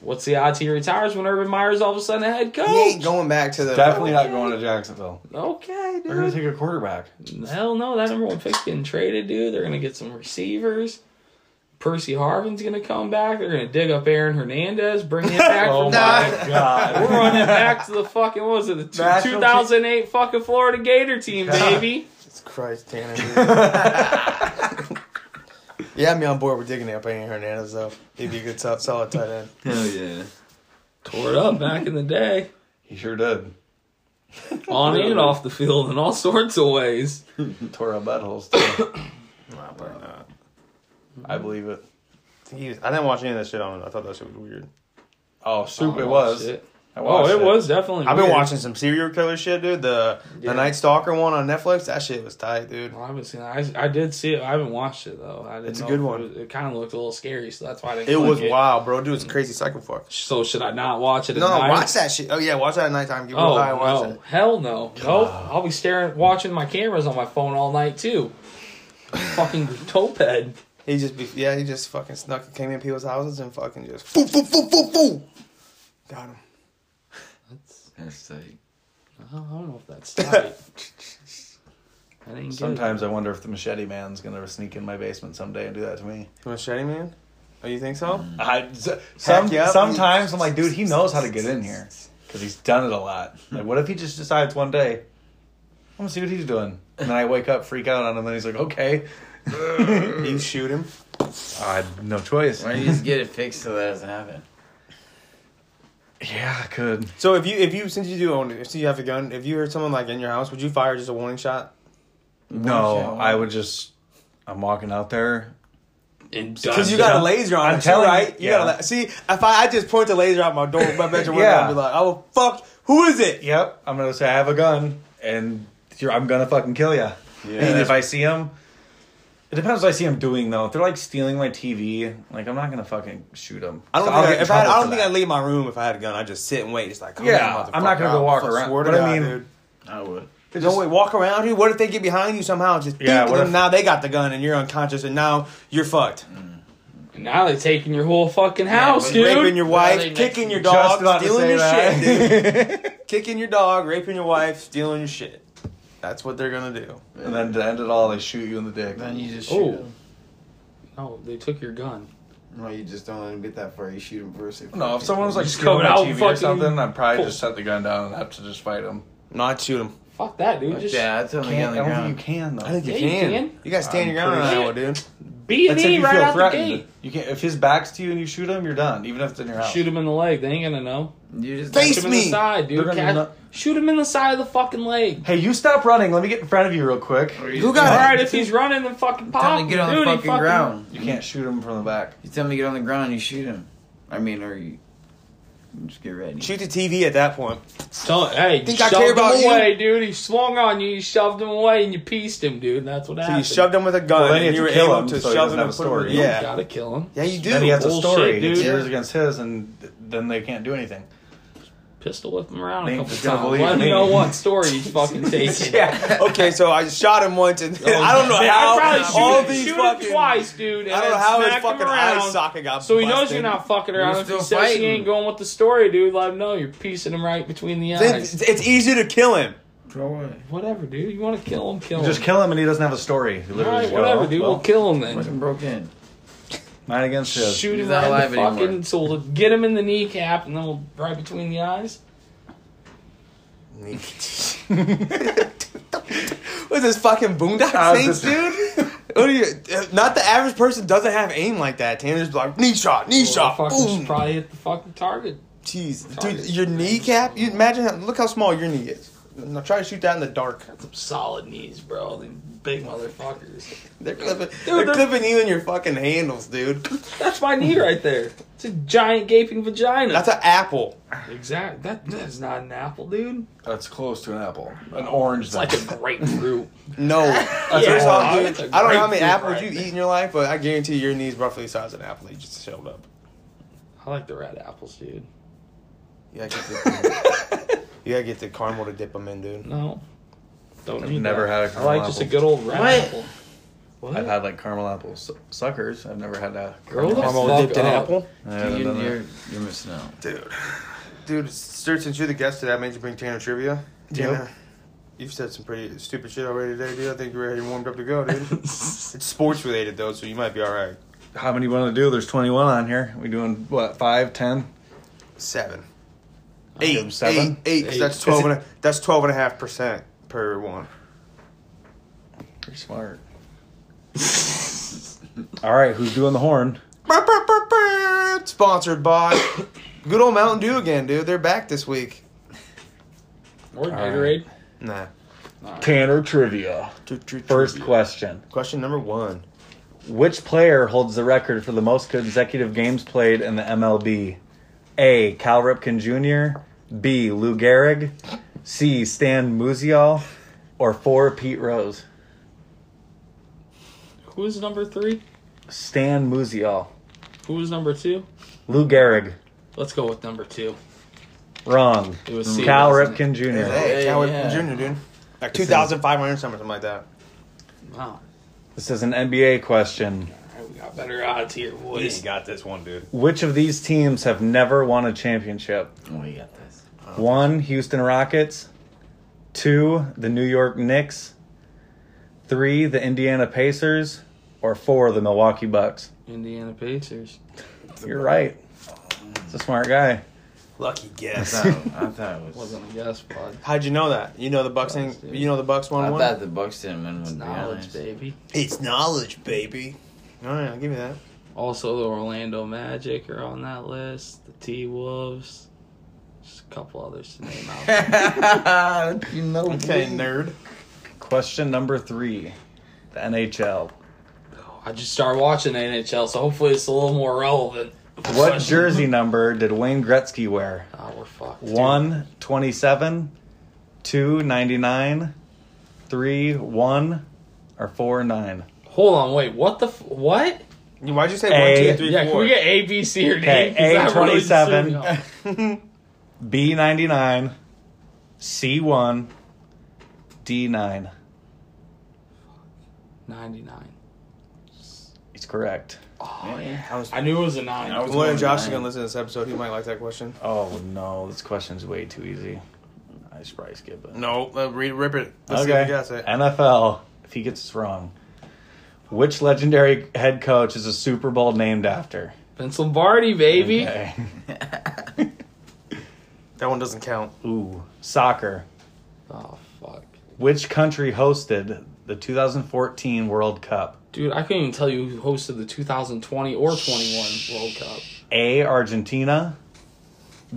Speaker 2: What's the odds he retires when Urban Meyer's all of a sudden the head coach?
Speaker 1: He ain't going back to the
Speaker 3: Definitely not going to Jacksonville.
Speaker 2: okay,
Speaker 3: They're gonna
Speaker 2: dude.
Speaker 3: take a quarterback.
Speaker 2: Hell no, that number one pick's getting traded, dude. They're gonna get some receivers. Percy Harvin's gonna come back. They're gonna dig up Aaron Hernandez, bring him back
Speaker 3: Oh
Speaker 2: from
Speaker 3: my
Speaker 2: We're
Speaker 3: god.
Speaker 2: running back to the fucking what was it, the two-
Speaker 1: National
Speaker 2: 2008 fucking Florida Gator team, baby.
Speaker 1: Jesus Christ, Tanner. dude. you had me on board with digging up Aaron Hernandez, though. He'd be a good, sol- solid tight end.
Speaker 4: Hell yeah.
Speaker 2: Tore it up back in the day,
Speaker 3: He sure did.
Speaker 2: on and off the field in all sorts of ways.
Speaker 3: Tore up buttholes too.
Speaker 1: Nah, probably not.
Speaker 3: I believe it.
Speaker 1: He was- I didn't watch any of that shit on it. I thought that shit was weird.
Speaker 3: Oh, soup
Speaker 2: Oh,
Speaker 3: it was.
Speaker 2: shit.
Speaker 3: I
Speaker 2: Oh,
Speaker 3: watched
Speaker 2: it was definitely.
Speaker 1: I've been
Speaker 2: weird.
Speaker 1: watching some serial killer shit, dude. The
Speaker 2: Yeah.
Speaker 1: the Night Stalker one on Netflix. That shit was tight, dude.
Speaker 2: Well, I haven't seen. It. I I did see it. I haven't watched it though. I didn't
Speaker 1: It's a
Speaker 2: know
Speaker 1: good
Speaker 2: if it
Speaker 1: one.
Speaker 2: was- It kind of looked a little scary, so that's why I didn't.
Speaker 1: It
Speaker 2: click
Speaker 1: was wild, bro. Dude, it's a crazy psycho fuck.
Speaker 2: So should I not watch it? at
Speaker 1: No, no,
Speaker 2: night?
Speaker 1: watch that shit. Oh yeah, watch that at nighttime. Give
Speaker 2: Oh
Speaker 1: oh, high and watch
Speaker 2: no! Hell no! Nope. I'll be staring, watching my cameras on my phone all night too. Fucking toped.
Speaker 1: it. He just be yeah, he just fucking snuck came in people's houses and fucking just foo foo foo foo foo. Got him.
Speaker 4: That's tight.
Speaker 2: I don't know if that's tight. I didn't get it.
Speaker 3: Sometimes I wonder if the machete man's gonna sneak in my basement someday and do that to me.
Speaker 1: Machete man? Oh, you think so?
Speaker 3: I, s- some,
Speaker 1: yeah.
Speaker 3: sometimes I'm like, dude, he knows how to get in here because he's done it a lot. Like, what if he just decides one day, I'm gonna see what he's doing, and then I wake up, freak out on him, and he's like, okay, Mm-hmm.
Speaker 1: You shoot him.
Speaker 3: I had no choice.
Speaker 4: Why don't you just get it fixed so that doesn't happen?
Speaker 3: Yeah, I could.
Speaker 1: So if you if you since you do own it, since you have a gun, if you heard someone like in your house, would you fire just a warning shot?
Speaker 3: No, I would just. I'm walking out there.
Speaker 2: And
Speaker 1: Because you
Speaker 2: done.
Speaker 1: got a laser on
Speaker 3: Uh, I'm
Speaker 1: it, too,
Speaker 3: telling you,
Speaker 1: right? You
Speaker 3: yeah.
Speaker 1: got a la- see if I, I just point the laser out my door, my bedroom window,
Speaker 3: Yeah.
Speaker 1: and be like, "I will fuck. Who is it?"
Speaker 3: Yep, I'm gonna say I have a gun, and you're, I'm gonna fucking kill you. And if I see him, it depends what I see him doing though. If they're like stealing my TV, like I'm not gonna fucking shoot him.
Speaker 1: I don't
Speaker 3: So I'll
Speaker 1: think
Speaker 3: get
Speaker 1: I,
Speaker 3: in
Speaker 1: if I,
Speaker 3: trouble
Speaker 1: I
Speaker 3: for
Speaker 1: don't think
Speaker 3: that.
Speaker 1: I'd leave my room if I had a gun. I'd just sit and wait. It's like, come
Speaker 3: Yeah,
Speaker 1: here,
Speaker 3: I'm not gonna go
Speaker 1: motherfucker.
Speaker 3: walk
Speaker 1: I
Speaker 3: around.
Speaker 1: swear to
Speaker 3: But I
Speaker 1: God,
Speaker 3: mean-
Speaker 1: dude.
Speaker 4: I would.
Speaker 3: It
Speaker 1: Don't
Speaker 3: just-
Speaker 1: we walk around here? What if they get behind you somehow? Just
Speaker 3: Yeah,
Speaker 1: yeah,
Speaker 3: what
Speaker 1: them.
Speaker 3: if-
Speaker 1: now they got the gun and you're unconscious, and now you're fucked.
Speaker 2: Now they're taking your whole fucking house,
Speaker 4: but
Speaker 2: dude.
Speaker 1: Raping your
Speaker 4: Now they
Speaker 1: wife,
Speaker 4: next-
Speaker 1: kicking your
Speaker 3: Just
Speaker 1: dog,
Speaker 3: about to
Speaker 1: stealing
Speaker 3: say
Speaker 1: your
Speaker 3: that.
Speaker 1: shit, dude. kicking your dog, raping your wife, stealing your shit. That's what they're gonna do.
Speaker 3: And then to end it all, they shoot you in the dick.
Speaker 4: Then you just
Speaker 2: Oh.
Speaker 4: shoot him.
Speaker 2: No, Oh, they took your gun.
Speaker 4: No, you just don't let him get that far. You shoot him first. if-
Speaker 3: No, if someone was like
Speaker 2: Just
Speaker 3: stealing
Speaker 2: going
Speaker 3: my
Speaker 2: out
Speaker 3: TV or
Speaker 2: fucking-
Speaker 3: something, I'd probably
Speaker 2: Cool.
Speaker 3: just set the gun down and have to just fight him.
Speaker 1: Not shoot him.
Speaker 2: Fuck that, dude.
Speaker 4: Fuck
Speaker 2: Just
Speaker 4: that. I'd tell him to get
Speaker 3: Can't-
Speaker 4: on
Speaker 3: I
Speaker 4: the
Speaker 3: don't think you
Speaker 4: ground.
Speaker 3: can though.
Speaker 1: I think you
Speaker 2: Yeah, you
Speaker 1: can. You,
Speaker 2: can.
Speaker 1: gotta stand
Speaker 3: I'm
Speaker 1: your ground in
Speaker 2: pretty
Speaker 1: Iowa,
Speaker 2: sure.
Speaker 1: dude.
Speaker 2: B and
Speaker 3: That's if
Speaker 2: E
Speaker 3: you
Speaker 2: right
Speaker 3: feel
Speaker 2: out the
Speaker 3: threatened.
Speaker 2: gate.
Speaker 3: You can't. If his back's to you and you shoot him, you're done. Even if it's in your house.
Speaker 2: Shoot him in the leg. They ain't gonna know.
Speaker 4: You just
Speaker 1: Face
Speaker 2: Shoot him
Speaker 1: me.
Speaker 2: in the side, dude.
Speaker 3: They're gonna
Speaker 2: Cat-
Speaker 3: know-
Speaker 2: Shoot him in the side of the fucking leg.
Speaker 3: Hey, you stop running. Let me get in front of you real quick.
Speaker 4: Or you
Speaker 1: Who
Speaker 4: just
Speaker 1: got
Speaker 2: All
Speaker 4: tell
Speaker 1: it?
Speaker 4: him-
Speaker 2: right, if he's running, then fucking
Speaker 4: Tell
Speaker 2: pop.
Speaker 4: him to get on
Speaker 2: dude,
Speaker 4: the
Speaker 2: he
Speaker 4: fucking ground.
Speaker 3: You can't shoot him from the back.
Speaker 4: You tell him to get on the ground. You shoot him. I mean, or you just get ready.
Speaker 1: Shoot the TV at that point.
Speaker 2: Tell, hey, you
Speaker 1: Think I
Speaker 2: shoved
Speaker 1: care about
Speaker 2: him
Speaker 1: you?
Speaker 2: away, dude. He swung on you. You shoved him away, and you pieced him, dude. That's what
Speaker 1: So
Speaker 2: happened.
Speaker 1: you shoved him with a gun,
Speaker 3: Well, then
Speaker 1: and
Speaker 3: you
Speaker 1: you were
Speaker 3: have to kill
Speaker 1: able
Speaker 3: him
Speaker 1: to
Speaker 3: so he
Speaker 1: shove
Speaker 3: doesn't
Speaker 1: him
Speaker 3: have
Speaker 1: and
Speaker 3: a
Speaker 1: put him.
Speaker 3: story.
Speaker 2: You
Speaker 1: Yeah,
Speaker 2: gotta kill him.
Speaker 1: yeah, you do.
Speaker 3: Then he has a
Speaker 2: Bullshit,
Speaker 3: story. It's
Speaker 2: dude.
Speaker 3: yours against his, and then they can't do anything.
Speaker 2: Pistol whip him around a
Speaker 3: Ain't
Speaker 2: couple
Speaker 3: gonna
Speaker 2: times.
Speaker 3: believe
Speaker 2: Let him
Speaker 3: me.
Speaker 2: know what story he's fucking taking.
Speaker 1: yeah. Okay, so I shot him once, and I don't know
Speaker 2: Man,
Speaker 1: how
Speaker 2: I probably shoot,
Speaker 1: all
Speaker 2: him-
Speaker 1: these
Speaker 2: shoot
Speaker 1: fucking.
Speaker 2: him twice, dude. And
Speaker 1: I don't know
Speaker 2: then
Speaker 1: how his
Speaker 2: smack him
Speaker 1: fucking
Speaker 2: around.
Speaker 1: eye socket got.
Speaker 2: So he knows
Speaker 1: busted.
Speaker 2: you're not fucking
Speaker 4: You're
Speaker 2: around. If he
Speaker 4: still
Speaker 2: says he
Speaker 4: fighting.
Speaker 2: ain't going with the story, dude, let him know you're piecing him right between the
Speaker 1: Then
Speaker 2: eyes.
Speaker 1: It's it's easier to kill him.
Speaker 4: Throw it.
Speaker 2: Whatever, dude. You want to kill him? Kill him.
Speaker 3: Just kill him, and he doesn't have a story. You
Speaker 2: All
Speaker 3: literally
Speaker 2: right,
Speaker 3: just go,
Speaker 2: whatever, dude.
Speaker 3: well,
Speaker 2: we'll kill him then.
Speaker 4: Fucking broke in.
Speaker 3: Mine against his.
Speaker 2: Shoot him
Speaker 4: He's not
Speaker 2: right in
Speaker 4: alive
Speaker 2: the fucking.
Speaker 4: anymore.
Speaker 2: So we'll get him in the kneecap, and then we'll right between the eyes.
Speaker 1: What's this fucking boondock
Speaker 3: I
Speaker 1: saints,
Speaker 3: was just-
Speaker 1: dude? What are you, uh, not the average person doesn't have aim like that. Tanner's like knee shot, knee
Speaker 2: Well,
Speaker 1: shot,
Speaker 2: fucking should
Speaker 1: boom.
Speaker 2: probably hit the fucking target.
Speaker 1: Jeez,
Speaker 2: Target.
Speaker 1: dude, your kneecap. You imagine, how, look how small your knee is. Now try to shoot that in the dark.
Speaker 2: Some solid knees, bro. These big motherfuckers.
Speaker 1: They're clipping,
Speaker 2: Dude,
Speaker 1: they're
Speaker 2: they're-
Speaker 1: clipping you in your fucking handles, dude.
Speaker 2: That's my knee right there. It's a giant gaping vagina.
Speaker 1: That's an apple.
Speaker 2: exact. That that is not an apple, dude.
Speaker 3: That's close to an apple. An orange.
Speaker 2: It's like a grapefruit.
Speaker 1: No.
Speaker 2: Yeah.
Speaker 1: First off, dude,
Speaker 2: It's a
Speaker 1: I don't know how many
Speaker 2: grapefruit
Speaker 1: apples
Speaker 2: right
Speaker 1: you
Speaker 2: there.
Speaker 1: eat in your life, but I guarantee your knee's roughly the size of an apple. You just showed up.
Speaker 2: I like the red apples, dude.
Speaker 1: You gotta get the, you gotta get the caramel to dip them in, dude.
Speaker 2: No, don't
Speaker 3: I've
Speaker 2: need
Speaker 3: never
Speaker 2: that.
Speaker 3: had a
Speaker 2: I
Speaker 3: caramel
Speaker 2: like just a
Speaker 3: apple.
Speaker 2: good old red
Speaker 4: What?
Speaker 2: apple. What?
Speaker 3: I've had like caramel apple su- suckers. I've never had a
Speaker 2: Grow the
Speaker 1: Caramel
Speaker 2: fuck
Speaker 1: dipped in
Speaker 2: up.
Speaker 1: apple?
Speaker 3: I haven't
Speaker 4: Dude,
Speaker 3: done
Speaker 4: you,
Speaker 3: that.
Speaker 4: you're, you're missing out.
Speaker 1: Dude. Dude, sir, since you're the guest today, I made you bring Tanner Trivia. Tanner, you've said some pretty stupid shit already today, dude. I think you're already warmed up to go, dude. it's sports related, though, so you might be all right.
Speaker 3: How many want to do? There's 21 on here. We doing what? Five, ten?
Speaker 1: Seven.
Speaker 3: give
Speaker 1: Eight.
Speaker 3: him seven.
Speaker 1: Eight. eight, 'cause
Speaker 2: Eight.
Speaker 1: That's 12 and a, that's 12 and a half percent per one.
Speaker 3: You're smart. All right, who's doing the horn?
Speaker 1: Bah, bah, bah, bah. Sponsored by good old Mountain Dew again, dude. They're back this week.
Speaker 2: Or Gatorade.
Speaker 1: Nah.
Speaker 3: Tanner trivia. First question:
Speaker 1: Question number one.
Speaker 3: Which player holds the record for the most consecutive games played in the MLB? A. Cal Ripken Jr. B. Lou Gehrig. C. Stan Musial. Or four Pete Rose.
Speaker 2: Who is number three?
Speaker 3: Stan Musial.
Speaker 2: Who is number two?
Speaker 3: Lou Gehrig.
Speaker 2: Let's go with number two.
Speaker 3: Wrong.
Speaker 2: It was C,
Speaker 3: Mm-hmm. Cal
Speaker 2: wasn't
Speaker 3: Ripken Jr.
Speaker 1: Hey, Cal
Speaker 4: yeah.
Speaker 1: Ripken Jr., dude. Like 2,500 something like that.
Speaker 2: Wow.
Speaker 3: This is an NBA question.
Speaker 2: All right, we got better odds here, boys.
Speaker 1: got this one, dude.
Speaker 3: Which of these teams have never won a championship?
Speaker 4: Oh, you got this.
Speaker 3: One, Houston Rockets. Two, the New York Knicks. Three, the Indiana Pacers. Or four, the Milwaukee Bucks.
Speaker 2: Indiana Pacers.
Speaker 3: You're right. It's a smart guy.
Speaker 1: Lucky
Speaker 4: I
Speaker 1: guess.
Speaker 4: thought, I thought it was.
Speaker 2: Wasn't a guess, bud.
Speaker 1: How'd you know that? You know the Bucks. ain't-
Speaker 2: dude.
Speaker 1: You know the Bucks
Speaker 4: I
Speaker 1: won one.
Speaker 4: thought the Bucks didn't win
Speaker 2: It's
Speaker 4: one.
Speaker 2: knowledge, baby.
Speaker 1: It's knowledge, baby. All right, Oh, I'll give you that.
Speaker 2: Also, the Orlando Magic are on that list. The T Wolves. Just a couple others to name out.
Speaker 4: you know.
Speaker 1: Okay, nerd.
Speaker 3: Question number three the NHL.
Speaker 2: I just started watching the NHL, so hopefully it's a little more relevant.
Speaker 3: What jersey number did Wayne Gretzky wear?
Speaker 2: Ah, we're fucked. dude.
Speaker 3: One, 27, two, 99, three, one, or four, nine.
Speaker 2: Hold on, wait. What the? F- what?
Speaker 1: You- Why'd you say
Speaker 3: A-
Speaker 1: one, two, three,
Speaker 2: yeah,
Speaker 1: four?
Speaker 2: can we get A, B, C, or D?
Speaker 3: Okay,
Speaker 2: 'Cause that really
Speaker 3: A27.
Speaker 2: threw me off.
Speaker 3: B ninety nine, C one, D nine.
Speaker 2: 99.
Speaker 3: It's correct.
Speaker 2: Oh, yeah.
Speaker 1: I was-
Speaker 2: I knew it was a 9.
Speaker 4: I was-
Speaker 1: Well, Josh is
Speaker 4: nine.
Speaker 1: gonna listen to this episode. He might like that question.
Speaker 3: Oh no, this question's way too easy. I should probably skip it.
Speaker 1: No, uh, re- rip it. Let's see if
Speaker 3: okay.
Speaker 1: you guess it.
Speaker 3: NFL. If he gets this wrong, which legendary head coach is a Super Bowl named after?
Speaker 2: Vince Lombardi, baby.
Speaker 3: Okay.
Speaker 1: That one doesn't count.
Speaker 3: Ooh, soccer.
Speaker 2: Oh, fuck.
Speaker 3: Which country hosted the 2014 World Cup?
Speaker 2: Dude, I couldn't even tell you who hosted the 2020 or 21 World Cup.
Speaker 3: A. Argentina.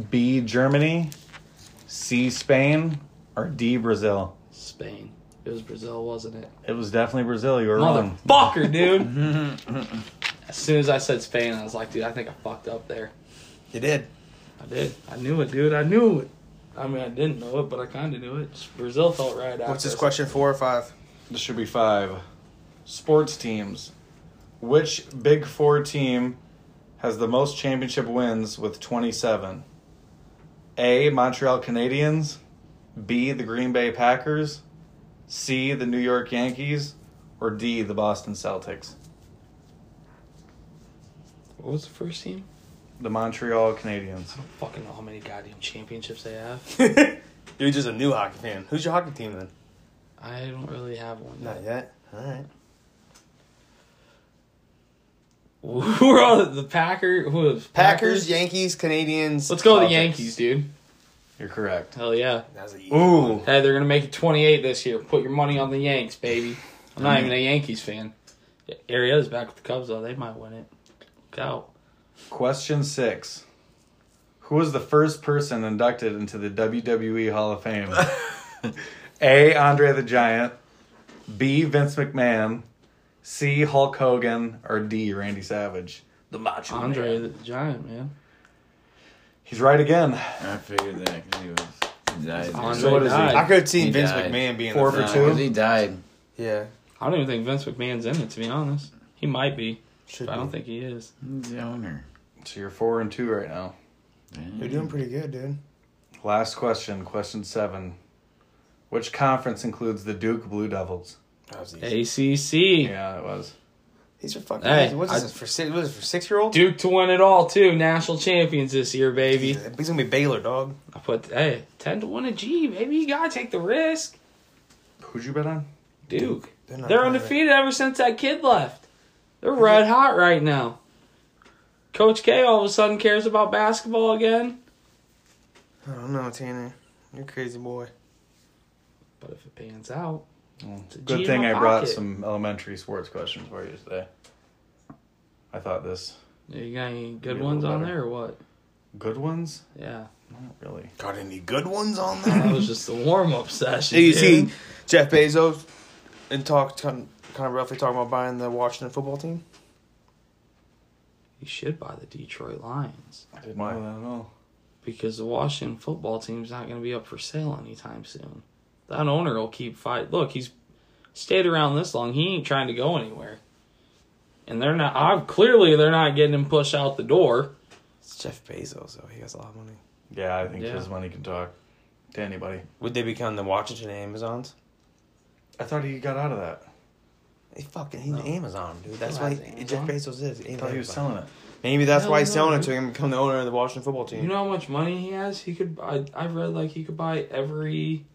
Speaker 3: B. Germany. C. Spain. Or D. Brazil.
Speaker 2: Spain. It was Brazil, wasn't it?
Speaker 3: It was definitely Brazil. You were wrong.
Speaker 2: Motherfucker, dude. as soon as I said Spain, I was like, dude, I think I fucked up there.
Speaker 1: You did.
Speaker 2: I did. I knew it, dude. I knew it. I mean, I didn't know it, but I kind of knew it. Just Brazil felt right after.
Speaker 1: What's this question? Four or five?
Speaker 3: This should be five. Sports teams. Which Big Four team has the most championship wins with 27? A. Montreal Canadiens. B. The Green Bay Packers. C. The New York Yankees. Or D. The Boston Celtics.
Speaker 2: What was the first team?
Speaker 3: The Montreal Canadiens.
Speaker 2: I don't fucking know how many goddamn championships they have.
Speaker 1: You're just a new hockey fan. Who's your hockey team then?
Speaker 2: I don't really have one.
Speaker 1: Not yet. All right.
Speaker 2: Who are all the Packer? Who are the
Speaker 1: Packers, Yankees, Canadians.
Speaker 2: Let's go with the
Speaker 1: Celtics.
Speaker 2: Yankees, dude.
Speaker 3: You're correct.
Speaker 2: Hell yeah.
Speaker 1: That was an easy one.
Speaker 3: Ooh.
Speaker 2: Hey, they're gonna make it 28 this year. Put your money on the Yanks, baby. I'm not even a Yankees fan. Aria's back with the Cubs though. They might win it. Look out.
Speaker 3: Question six. Who was the first person inducted into the WWE Hall E of Fame? A. Andre the Giant. B. Vince McMahon. C. Hulk Hogan. Or D. Randy Savage. The Macho
Speaker 2: Andre
Speaker 3: Man.
Speaker 2: the Giant, man.
Speaker 3: He's right again.
Speaker 4: I figured that 'cause he was. He died.
Speaker 2: Andre
Speaker 3: So what is he?
Speaker 2: died.
Speaker 1: I could have seen
Speaker 4: He
Speaker 1: Vince
Speaker 4: died.
Speaker 1: McMahon being
Speaker 3: Four
Speaker 1: the
Speaker 3: for
Speaker 4: No,
Speaker 1: front.
Speaker 3: two?
Speaker 4: 'cause he died.
Speaker 1: Yeah,
Speaker 2: I don't even think Vince McMahon's in it, to be honest. He might be,
Speaker 1: should
Speaker 2: but I don't
Speaker 1: be.
Speaker 2: think he is.
Speaker 4: He's the owner.
Speaker 3: So you're four and two right now.
Speaker 1: You're doing pretty good, dude.
Speaker 3: Last question, question seven. Which conference includes the Duke Blue Devils?
Speaker 1: That was easy.
Speaker 2: ACC.
Speaker 3: Yeah, it was.
Speaker 1: These are fucking.
Speaker 2: Hey,
Speaker 1: easy. What's
Speaker 2: I-
Speaker 1: this for six? What is it for six year old?
Speaker 2: Duke to win it all, too. National champions this year, baby.
Speaker 1: He's gonna be Baylor, dog.
Speaker 2: I put, hey, 10 to 1 a G, baby. You got to take the risk.
Speaker 3: Who'd you bet on?
Speaker 2: Duke.
Speaker 1: They're, not
Speaker 2: They're
Speaker 1: playing it.
Speaker 2: undefeated ever since that kid left. They're red hot right now. Coach K all of a sudden cares about basketball again.
Speaker 1: I don't know, Tanner. You're a crazy boy.
Speaker 2: But if it pans out, it's a G
Speaker 3: Good
Speaker 2: in
Speaker 3: thing
Speaker 2: my
Speaker 3: I brought
Speaker 2: pocket.
Speaker 3: some elementary sports questions for you today. I thought this
Speaker 2: You got any
Speaker 3: Maybe
Speaker 2: good
Speaker 3: a
Speaker 2: ones
Speaker 3: little
Speaker 2: on
Speaker 3: better.
Speaker 2: there or what?
Speaker 3: good ones?
Speaker 2: Yeah.
Speaker 3: Not really.
Speaker 1: Got any good ones on
Speaker 2: That was just the warm up session.
Speaker 1: you
Speaker 2: dude.
Speaker 1: see Jeff Bezos and talk kind kind of roughly talking about buying the Washington football team.
Speaker 2: You should buy the Detroit Lions
Speaker 3: I didn't know that at all.
Speaker 2: because the Washington football team's not going to be up for sale anytime soon. That owner will keep fight. Look, he's stayed around this long. He ain't trying to go anywhere. And they're not. I'm clearly they're not getting him pushed out the door.
Speaker 1: It's Jeff Bezos, though. He has a lot of money.
Speaker 3: Yeah, I think
Speaker 2: Yeah.
Speaker 3: his money can talk to anybody.
Speaker 1: Would they become the Washington Amazons?
Speaker 3: I thought he got out of that.
Speaker 1: He fucking he's
Speaker 2: No.
Speaker 1: an Amazon, dude. That's
Speaker 2: Still
Speaker 1: why
Speaker 2: has Amazon.
Speaker 1: Jeff Bezos is. He
Speaker 3: I thought he was selling it.
Speaker 1: Maybe that's
Speaker 2: Hell
Speaker 1: why he's
Speaker 2: no,
Speaker 1: selling it
Speaker 2: dude.
Speaker 1: to him and become the owner of the Washington football team.
Speaker 2: You know how much money he has? He could. I I read like he could buy every.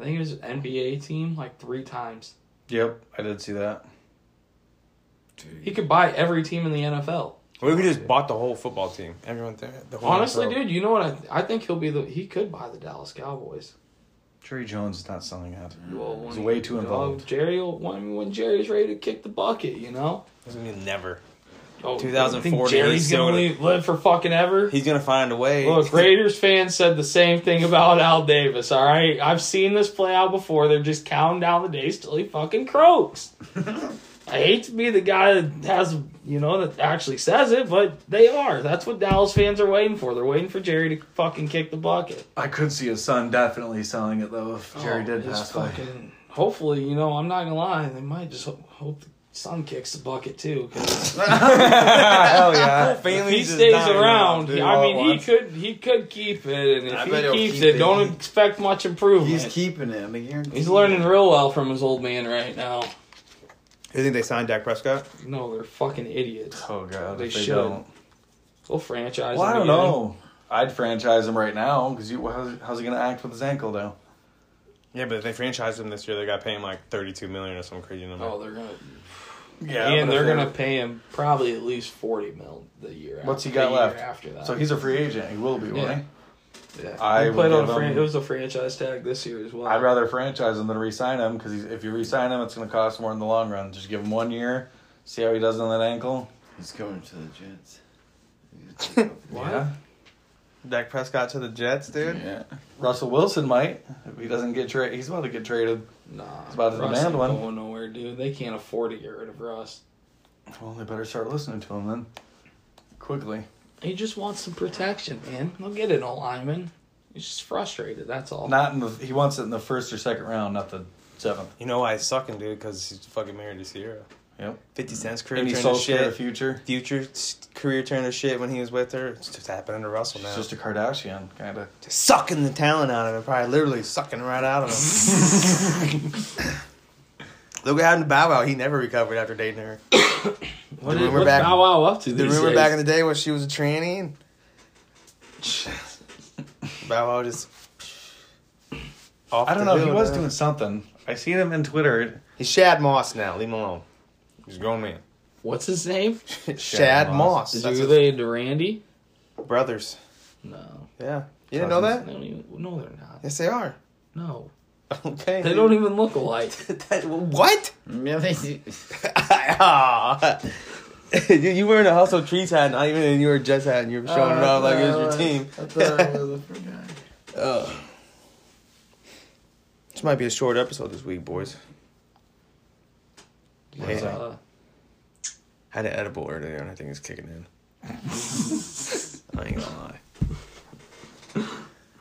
Speaker 2: I think it was an NBA team like three times.
Speaker 3: Yep, I did see that.
Speaker 2: He could buy every team in the NFL.
Speaker 1: what if he just bought the whole football team? Everyone there. The whole
Speaker 2: Honestly,
Speaker 1: NFL.
Speaker 2: dude, you know what? I, I think he'll be the. He could buy the Dallas Cowboys.
Speaker 3: Jerry Jones is not selling that.
Speaker 2: Well,
Speaker 3: It's
Speaker 2: when-
Speaker 3: way too
Speaker 2: dog,
Speaker 3: involved.
Speaker 2: Jerry, will- when, when Jerry's ready to kick the bucket, you know.
Speaker 1: It's gonna be never.
Speaker 2: Oh,
Speaker 1: 2040,
Speaker 2: think Jerry's
Speaker 1: he's
Speaker 2: gonna
Speaker 1: doing
Speaker 2: leave, live for fucking ever.
Speaker 1: He's gonna find a way.
Speaker 2: Look, Raiders fans said the same thing about Al Davis. All right, I've seen this play out before. They're just counting down the days till he fucking croaks. I hate to be the guy that has, you know, that actually says it, but they are. That's what Dallas fans are waiting for. They're waiting for Jerry to fucking kick the bucket.
Speaker 3: I could see his son definitely selling it though if Jerry
Speaker 2: Oh, it's
Speaker 3: did pass away.
Speaker 2: fucking- Hopefully, you know, I'm not gonna lie. They might just hope, hope the sun kicks the bucket too. 'cause
Speaker 3: Ah,
Speaker 1: Hell yeah.
Speaker 2: if
Speaker 1: Families
Speaker 2: he
Speaker 1: is
Speaker 2: stays
Speaker 1: dying
Speaker 2: around.
Speaker 1: dude.
Speaker 2: I
Speaker 3: all
Speaker 2: mean,
Speaker 3: at
Speaker 2: he
Speaker 3: once.
Speaker 2: could he could keep it, and if
Speaker 4: I
Speaker 2: he
Speaker 4: bet he'll
Speaker 2: keeps
Speaker 4: keep
Speaker 2: it,
Speaker 4: it.
Speaker 2: don't expect much improvement.
Speaker 4: He's
Speaker 2: He's,
Speaker 4: keeping it. I guarantee.
Speaker 2: learning real well from his old man right now.
Speaker 1: You think they signed Dak Prescott?
Speaker 2: No, they're fucking idiots.
Speaker 3: Oh god,
Speaker 2: They
Speaker 3: if they
Speaker 2: should.
Speaker 3: don't.
Speaker 2: We'll franchise.
Speaker 3: Well, I
Speaker 2: him
Speaker 3: don't
Speaker 2: again.
Speaker 3: know. I'd franchise him right now because you. How's, how's he gonna act with his ankle though?
Speaker 1: Yeah, but if they franchised him this year, they got to pay him like thirty-two million or some crazy number.
Speaker 2: Oh, they're gonna
Speaker 3: Yeah,
Speaker 2: and they're gonna pay him probably at least forty mil the year.
Speaker 3: What's he
Speaker 2: after-
Speaker 3: got
Speaker 2: the year
Speaker 3: left?
Speaker 2: after that?
Speaker 3: So he's a free agent. He will be,
Speaker 2: Yeah.
Speaker 3: won't
Speaker 2: yeah.
Speaker 3: I
Speaker 2: He
Speaker 3: would
Speaker 2: played on
Speaker 3: give
Speaker 2: a fran-
Speaker 3: him-
Speaker 2: it was a franchise tag this year as well.
Speaker 3: he? I'd rather franchise him than re-sign him because if you re-sign him, it's gonna cost more in the long run. Just give him one year, see how he does on that ankle.
Speaker 4: He's going to the Jets.
Speaker 2: What?
Speaker 3: Yeah.
Speaker 1: Dak Prescott to the Jets, dude.
Speaker 4: Yeah.
Speaker 3: Russell Wilson might if he doesn't get traded. He's about to get traded.
Speaker 2: Nah,
Speaker 3: It's about to
Speaker 2: Russ
Speaker 3: demand
Speaker 2: ain't
Speaker 3: one.
Speaker 2: Going nowhere, dude. They can't afford to get rid of Russ.
Speaker 3: Well, they better start listening to him then. Quickly.
Speaker 2: He just wants some protection, man. He'll get an old lineman. He's just frustrated. That's all.
Speaker 3: Not in the. He wants it in the first or second round, not the seventh.
Speaker 1: You know why he's sucking, dude? Because he's fucking married to Sierra.
Speaker 3: Yep.
Speaker 1: Fifty Cent's career
Speaker 3: And he's
Speaker 1: turning
Speaker 3: so
Speaker 1: to
Speaker 3: scared of
Speaker 1: shit.
Speaker 3: future.
Speaker 1: Future career turning to shit when he was with her. It's just happening to Russell
Speaker 3: She's
Speaker 1: now.
Speaker 3: just a Kardashian, kind of.
Speaker 1: Just sucking the talent out of him. Probably literally sucking right out of him. Look what happened to Bow Wow. He never recovered after dating her.
Speaker 2: what
Speaker 1: the
Speaker 2: is
Speaker 1: rumor
Speaker 2: what's
Speaker 1: back-
Speaker 2: Bow Wow up to
Speaker 1: Do you
Speaker 2: these
Speaker 1: remember
Speaker 2: days?
Speaker 1: back in the day when she was a tranny? And Bow Wow just. Off
Speaker 3: I
Speaker 1: the
Speaker 3: don't know. He
Speaker 1: hill,
Speaker 3: was
Speaker 1: man.
Speaker 3: doing something. I seen him in Twitter.
Speaker 1: He's Shad Moss now. Leave him alone. He's a grown man.
Speaker 2: What's his name?
Speaker 1: Shad,
Speaker 3: Shad
Speaker 1: Moss.
Speaker 3: Moss.
Speaker 2: Is
Speaker 1: That's
Speaker 2: he
Speaker 1: his
Speaker 2: related to Randy?
Speaker 1: brothers.
Speaker 2: No.
Speaker 1: Yeah. You didn't know
Speaker 2: They
Speaker 1: that?
Speaker 2: don't even, no, they're not.
Speaker 1: Yes, they are.
Speaker 2: No.
Speaker 1: Okay.
Speaker 2: They don't even look alike.
Speaker 1: That- what?
Speaker 4: Yeah, they do.
Speaker 1: Ah. you, you were in a hustle trees hat, not even in your Jets hat, and you were showing
Speaker 2: Ah,
Speaker 1: it
Speaker 4: Uh,
Speaker 1: off like it was your team.
Speaker 4: I thought I was a guy.
Speaker 1: Ugh. Oh. This might be a short episode this week, boys.
Speaker 3: What's
Speaker 1: Yeah.
Speaker 3: up?
Speaker 2: Uh,
Speaker 1: Had an edible earlier, and I think it's kicking in. I ain't gonna lie.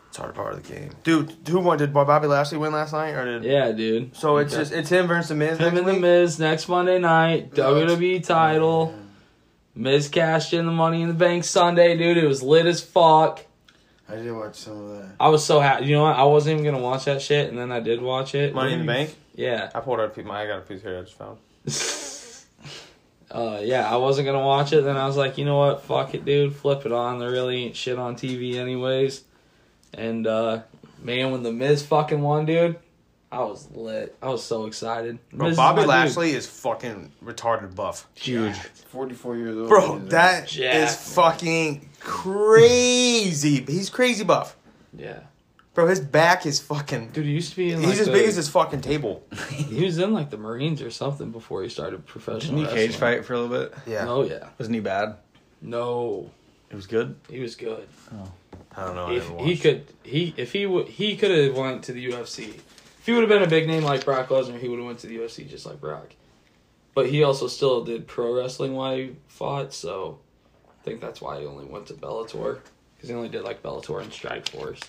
Speaker 1: It's hard part of the game, dude. Who won? Did Bobby Lashley win last night, or did?
Speaker 2: yeah, dude.
Speaker 1: So it's
Speaker 2: Okay.
Speaker 1: just it's him versus the Miz.
Speaker 2: Him
Speaker 1: next
Speaker 2: and the
Speaker 1: week?
Speaker 2: Miz next Monday night, WWE title. Miz cashed in the Money in the Bank Sunday, dude. It was lit as fuck.
Speaker 5: I did watch some of that.
Speaker 2: I was so happy. You know what? I wasn't even gonna watch that shit, and then I did watch it.
Speaker 1: Money in the Bank.
Speaker 2: Yeah.
Speaker 1: I pulled out a piece. My I got a piece here. I just found.
Speaker 2: Uh, yeah, I wasn't gonna watch it. Then I was like, you know what? Fuck it, dude. Flip it on. There really ain't shit on TV, anyways. And uh, man, when the Miz fucking won, dude, I was lit. I was so excited.
Speaker 1: Bro,
Speaker 2: Miz is
Speaker 1: Bobby
Speaker 2: my dude.
Speaker 1: Lashley is fucking retarded buff.
Speaker 2: huge.
Speaker 5: 44 years old.
Speaker 1: Bro, that is
Speaker 2: Jack.
Speaker 1: fucking crazy. He's crazy buff.
Speaker 2: Yeah,
Speaker 1: Bro, his back is fucking.
Speaker 2: dude. He used to be in.
Speaker 1: He's
Speaker 2: Like,
Speaker 1: as
Speaker 2: the-
Speaker 1: big as his fucking table.
Speaker 2: He was in like the Marines or something before he started
Speaker 3: Didn't
Speaker 2: professional.
Speaker 3: he cage
Speaker 2: wrestling.
Speaker 3: fight for a little bit?
Speaker 1: Yeah.
Speaker 2: Oh yeah.
Speaker 3: Wasn't he bad?
Speaker 2: No,
Speaker 3: It was good.
Speaker 2: he was good.
Speaker 1: I don't know. I
Speaker 2: if
Speaker 1: never
Speaker 2: he
Speaker 1: watched.
Speaker 2: could he if he would he could have went to the UFC. If he would have been a big name like Brock Lesnar, he would have went to the UFC just like Brock. But he also still did pro wrestling while he fought, so I think that's why he only went to Bellator because he only did like Bellator and Strikeforce.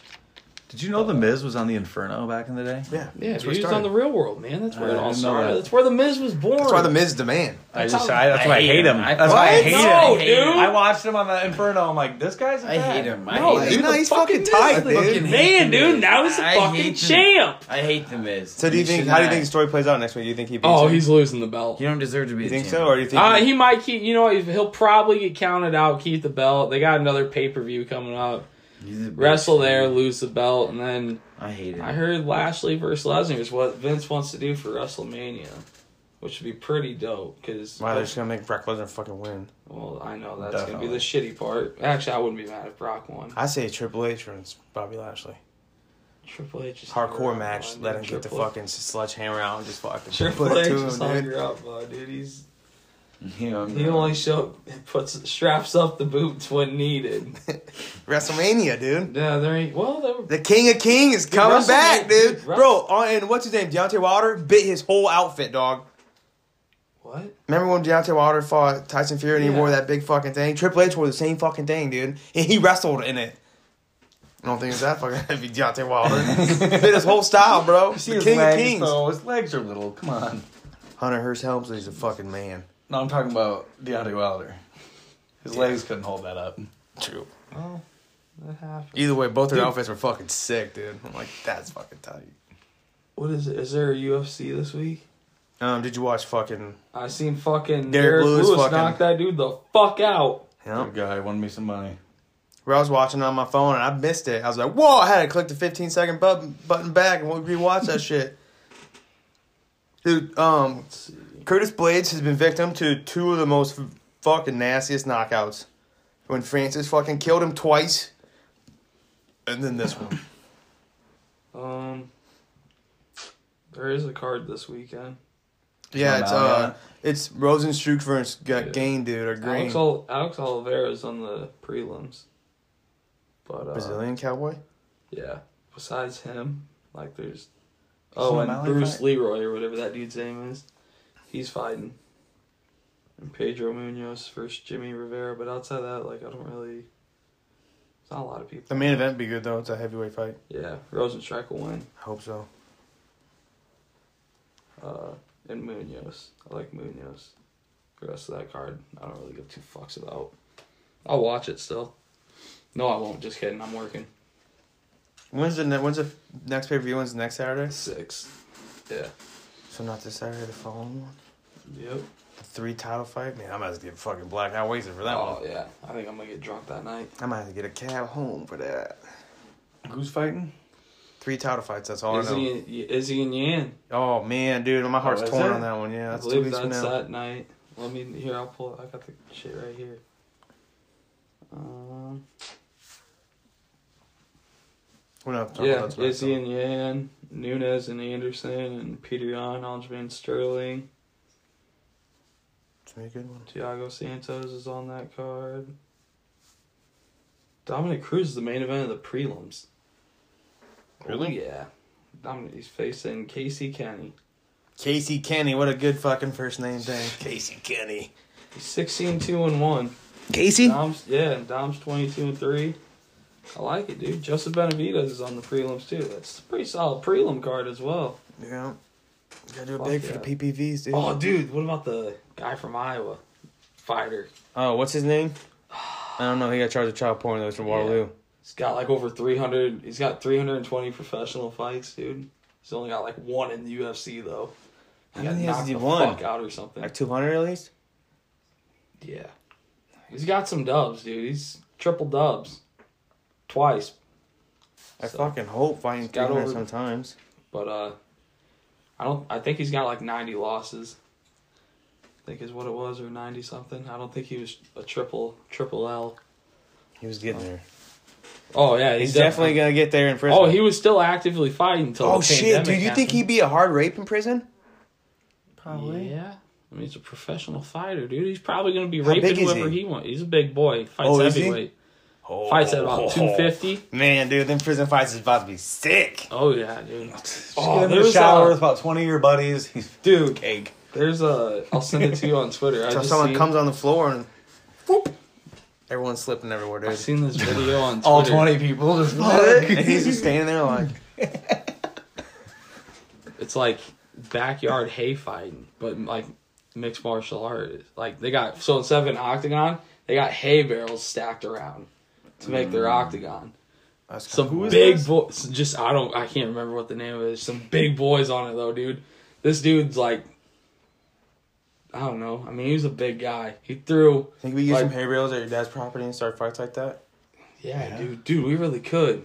Speaker 3: Did you know the Miz was on the Inferno back in the day?
Speaker 1: Yeah.
Speaker 2: Yeah,
Speaker 1: That's
Speaker 2: he
Speaker 1: where it
Speaker 2: was
Speaker 1: started.
Speaker 2: on the real world, man. That's where
Speaker 3: I
Speaker 2: it all
Speaker 3: didn't know
Speaker 2: started.
Speaker 3: that.
Speaker 2: That's where the Miz was born.
Speaker 1: That's why the Miz is the man.
Speaker 3: I
Speaker 2: That's
Speaker 3: just
Speaker 2: how-
Speaker 3: I, that's why I hate him.
Speaker 4: I-
Speaker 3: That's why I
Speaker 2: What?
Speaker 3: hate
Speaker 2: No,
Speaker 3: him.
Speaker 2: dude.
Speaker 3: I watched him on the Inferno. I'm like, this guy's. a
Speaker 4: I
Speaker 3: bad.
Speaker 4: hate him. I
Speaker 2: No,
Speaker 4: hate
Speaker 1: he's
Speaker 4: him.
Speaker 2: dude,
Speaker 1: not-
Speaker 2: the
Speaker 1: he's fucking
Speaker 2: Miz
Speaker 1: tight,
Speaker 2: is the
Speaker 1: dude.
Speaker 2: fucking Man,
Speaker 4: hate the
Speaker 2: dude,
Speaker 4: Miz.
Speaker 2: now he's the
Speaker 4: I
Speaker 2: fucking
Speaker 4: hate the-
Speaker 2: champ.
Speaker 4: I hate the Miz.
Speaker 1: So do you
Speaker 4: He
Speaker 1: think?
Speaker 4: should
Speaker 1: How do you
Speaker 4: not.
Speaker 1: think the story plays out next week? You think he beats?
Speaker 2: Oh,
Speaker 1: him?
Speaker 2: he's losing the belt.
Speaker 4: You don't deserve to be.
Speaker 1: You
Speaker 4: the
Speaker 1: think so,
Speaker 4: champion.
Speaker 1: or do you think?
Speaker 2: Uh, he might keep. You know, what, he'll probably get counted out. Keep the belt. They got another pay per view coming up.
Speaker 4: He's a bitch.
Speaker 2: Wrestle there, lose the belt, and then
Speaker 4: I hate it.
Speaker 2: I heard Lashley versus Lesnar is what Vince wants to do for WrestleMania, which would be pretty dope. Because
Speaker 1: Wow, they're just gonna make Brock Lesnar fucking win.
Speaker 2: well, I know that's gonna be
Speaker 3: Definitely.
Speaker 2: the shitty part. Actually, I wouldn't be mad if Brock won.
Speaker 1: I say Triple H or it's Bobby Lashley.
Speaker 2: Triple H is
Speaker 1: Hardcore match.
Speaker 2: Dude,
Speaker 1: Let him get the
Speaker 2: Triple-
Speaker 1: fucking sledgehammer out and just fucking
Speaker 2: Triple
Speaker 1: put it
Speaker 2: H
Speaker 1: to
Speaker 2: is
Speaker 1: him, dude.
Speaker 2: hungry up, bud, dude. He's
Speaker 4: You know,
Speaker 2: he only show puts straps up the boots when needed.
Speaker 1: WrestleMania, dude.
Speaker 2: Yeah, there ain't. Well, they were
Speaker 1: The King of King is coming
Speaker 2: Russell
Speaker 1: back,
Speaker 2: made-
Speaker 1: dude.
Speaker 2: dude, Russ-
Speaker 1: Bro, on, and what's his name? Deontay Wilder bit his whole outfit, dog.
Speaker 2: what?
Speaker 1: Remember when Deontay Wilder fought Tyson Fury and he
Speaker 2: Yeah.
Speaker 1: wore that big fucking thing? Triple H wore the same fucking thing, dude. And he wrestled in it. I don't think it's that fucking heavy, Deontay Wilder. bit his whole style, bro.
Speaker 3: See
Speaker 1: The
Speaker 3: his
Speaker 1: King
Speaker 3: legs,
Speaker 1: of Kings.
Speaker 3: though. His legs are little. Come on.
Speaker 1: Hunter Hearst Helmsley's a fucking man.
Speaker 3: No, I'm talking about Deontay Wilder. His legs couldn't hold that up.
Speaker 1: True.
Speaker 2: Oh, that happened.
Speaker 1: Either way, both their outfits were fucking sick, dude. I'm like, that's fucking tight.
Speaker 2: What is it? Is there a UFC this week?
Speaker 1: Um, did you watch fucking?
Speaker 2: I seen fucking
Speaker 1: Derek
Speaker 2: Derek
Speaker 1: Lewis
Speaker 2: Lewis,
Speaker 1: fucking-
Speaker 2: knock that dude the fuck out.
Speaker 1: Yeah.
Speaker 3: Good guy won me some money.
Speaker 1: where I was watching it on my phone and I missed it. I was like, whoa, I had to click the 15 second button, button back and we'll rewatch that shit. Dude, um,
Speaker 2: Let's see.
Speaker 1: Curtis Blades has been victim to two of the most fucking nastiest knockouts. When Francis fucking killed him twice, and then this one.
Speaker 2: Um, there is a card this weekend.
Speaker 1: Yeah, it's uh,
Speaker 3: Mount,
Speaker 1: it's Rosenstruck versus G-
Speaker 2: Yeah.
Speaker 1: Gain, dude, or Green.
Speaker 2: Alex, Ol- Alex Oliveira's on the prelims, but uh,
Speaker 1: Brazilian cowboy.
Speaker 2: yeah. Besides him, like there's
Speaker 3: Does
Speaker 2: oh and
Speaker 3: O'Malley
Speaker 2: Bruce
Speaker 3: fight?
Speaker 2: Leroy or whatever that dude's name is, he's fighting. And Pedro Munoz versus Jimmy Rivera, but outside that, like I don't really. There's not a lot of people.
Speaker 1: The main event would be good though. It's a heavyweight fight.
Speaker 2: Yeah, Rosenstrike will win.
Speaker 1: I hope so.
Speaker 2: Uh, and Munoz. I like Munoz. The rest of that card, I don't really give two fucks about. I'll watch it still. No, I won't. Just kidding. I'm working.
Speaker 1: When's the ne- when's the next pay per view? When's the next Saturday?
Speaker 2: Six. Yeah.
Speaker 1: So not this Saturday, the following one.
Speaker 2: Yep.
Speaker 1: three title fight? Man, I might have to get fucking black. I wasted for that
Speaker 2: oh,
Speaker 1: one.
Speaker 2: yeah. I think I'm going to get drunk that night.
Speaker 1: I might have to get a cab home for that.
Speaker 3: Who's fighting?
Speaker 1: Three title fights, that's all I know.
Speaker 2: Izzy, and, Izzy and Yan.
Speaker 1: Oh man, dude, my heart's
Speaker 3: is
Speaker 1: torn
Speaker 3: it?
Speaker 1: on that one. Yeah,
Speaker 2: I
Speaker 1: that's two
Speaker 2: believe
Speaker 1: weeks
Speaker 2: that's
Speaker 1: from now.
Speaker 2: that night. Let me, here, I'll pull I got the shit right here. Um,
Speaker 1: We're not talking
Speaker 2: yeah,
Speaker 1: about that
Speaker 2: Izzy
Speaker 1: tonight,
Speaker 2: and Yan, Nunez and Anderson, and Peter Yan, Aljamain Sterling.
Speaker 1: so It's gonna be a good one.
Speaker 2: Tiago Santos is on that card. Dominic Cruz is the main event of the prelims.
Speaker 1: Really?
Speaker 2: Oh, yeah. I'm, he's facing Casey Kenny.
Speaker 1: Casey Kenny, what a good fucking first name thing.
Speaker 3: Casey Kenny.
Speaker 2: He's 16 2 and 1.
Speaker 1: Casey?
Speaker 2: Dom's, yeah, Dom's 22 and 3. I like it, dude. Joseph Benavides is on the prelims, too. That's a pretty solid prelim card as well.
Speaker 1: Yeah. Gotta do it
Speaker 2: Fuck
Speaker 1: big
Speaker 2: yeah.
Speaker 1: for the PPVs, dude.
Speaker 2: Oh, dude, what about the guy from Iowa? Fighter.
Speaker 1: Oh, what's his name? I don't know. He got charged with child porn. That was from Waterloo.
Speaker 2: He's got like over 300. He's got 320 professional fights, dude. He's only got like one in the UFC, though.
Speaker 1: How many
Speaker 2: got
Speaker 1: has he
Speaker 2: knocked the
Speaker 1: won?
Speaker 2: fuck out or something.
Speaker 1: Like 200 at least?
Speaker 2: Yeah. He's got some dubs, dude. He's triple dubs. Twice.
Speaker 1: I
Speaker 2: So,
Speaker 1: fucking hope fighting
Speaker 2: He's got
Speaker 1: 300
Speaker 2: over-
Speaker 1: sometimes.
Speaker 2: But uh I don't I think he's got like 90 losses. I think is what it was or 90 something. I don't think he was a triple triple L.
Speaker 1: He was getting there.
Speaker 2: Oh yeah,
Speaker 1: He's definitely gonna get there in prison.
Speaker 2: Oh, he was still actively fighting until
Speaker 1: Oh
Speaker 2: the
Speaker 1: shit,
Speaker 2: pandemic
Speaker 1: dude! You think he'd
Speaker 2: happened.
Speaker 1: be a hard rape in prison?
Speaker 2: Yeah. I mean, he's a professional fighter, dude. He's probably going to be
Speaker 1: How big
Speaker 2: raping
Speaker 1: is
Speaker 2: whoever
Speaker 1: he?
Speaker 2: he? wants. He's a big boy. Fights
Speaker 1: Oh, is he? Oh.
Speaker 2: heavyweight. Fights at about 250.
Speaker 1: Man, dude, them prison fights is about to be sick.
Speaker 2: Oh, yeah, dude.
Speaker 3: Oh,
Speaker 2: Oh,
Speaker 3: get
Speaker 2: there
Speaker 3: him in the
Speaker 2: was,
Speaker 3: shower
Speaker 2: uh,
Speaker 3: with about 20 of your buddies. He's
Speaker 1: Dude,
Speaker 3: cake.
Speaker 2: There's a. I'll send it to you on Twitter. I
Speaker 1: so
Speaker 2: just
Speaker 1: someone
Speaker 2: seen,
Speaker 1: comes on the floor and, whoop, everyone's slipping everywhere,
Speaker 2: I
Speaker 1: dude.
Speaker 2: seen this video on Twitter.
Speaker 3: All 20 people just
Speaker 1: and he's just standing there like,
Speaker 2: It's like backyard hay fighting, but like mixed martial art. Like they got so instead of an octagon, they got hay barrels stacked around to make their
Speaker 3: Mm.
Speaker 2: octagon.
Speaker 1: That's
Speaker 2: Some big boys. Just I don't. I can't remember what the name of it is. Some big boys on it though, dude. This dude's like. I don't know. I mean, he was a big guay. He threw
Speaker 1: think we use
Speaker 2: Like-
Speaker 1: some hay bales at your dad's property and start fights like that?
Speaker 2: Yeah,
Speaker 3: Yeah.
Speaker 2: dude, dude, we really could.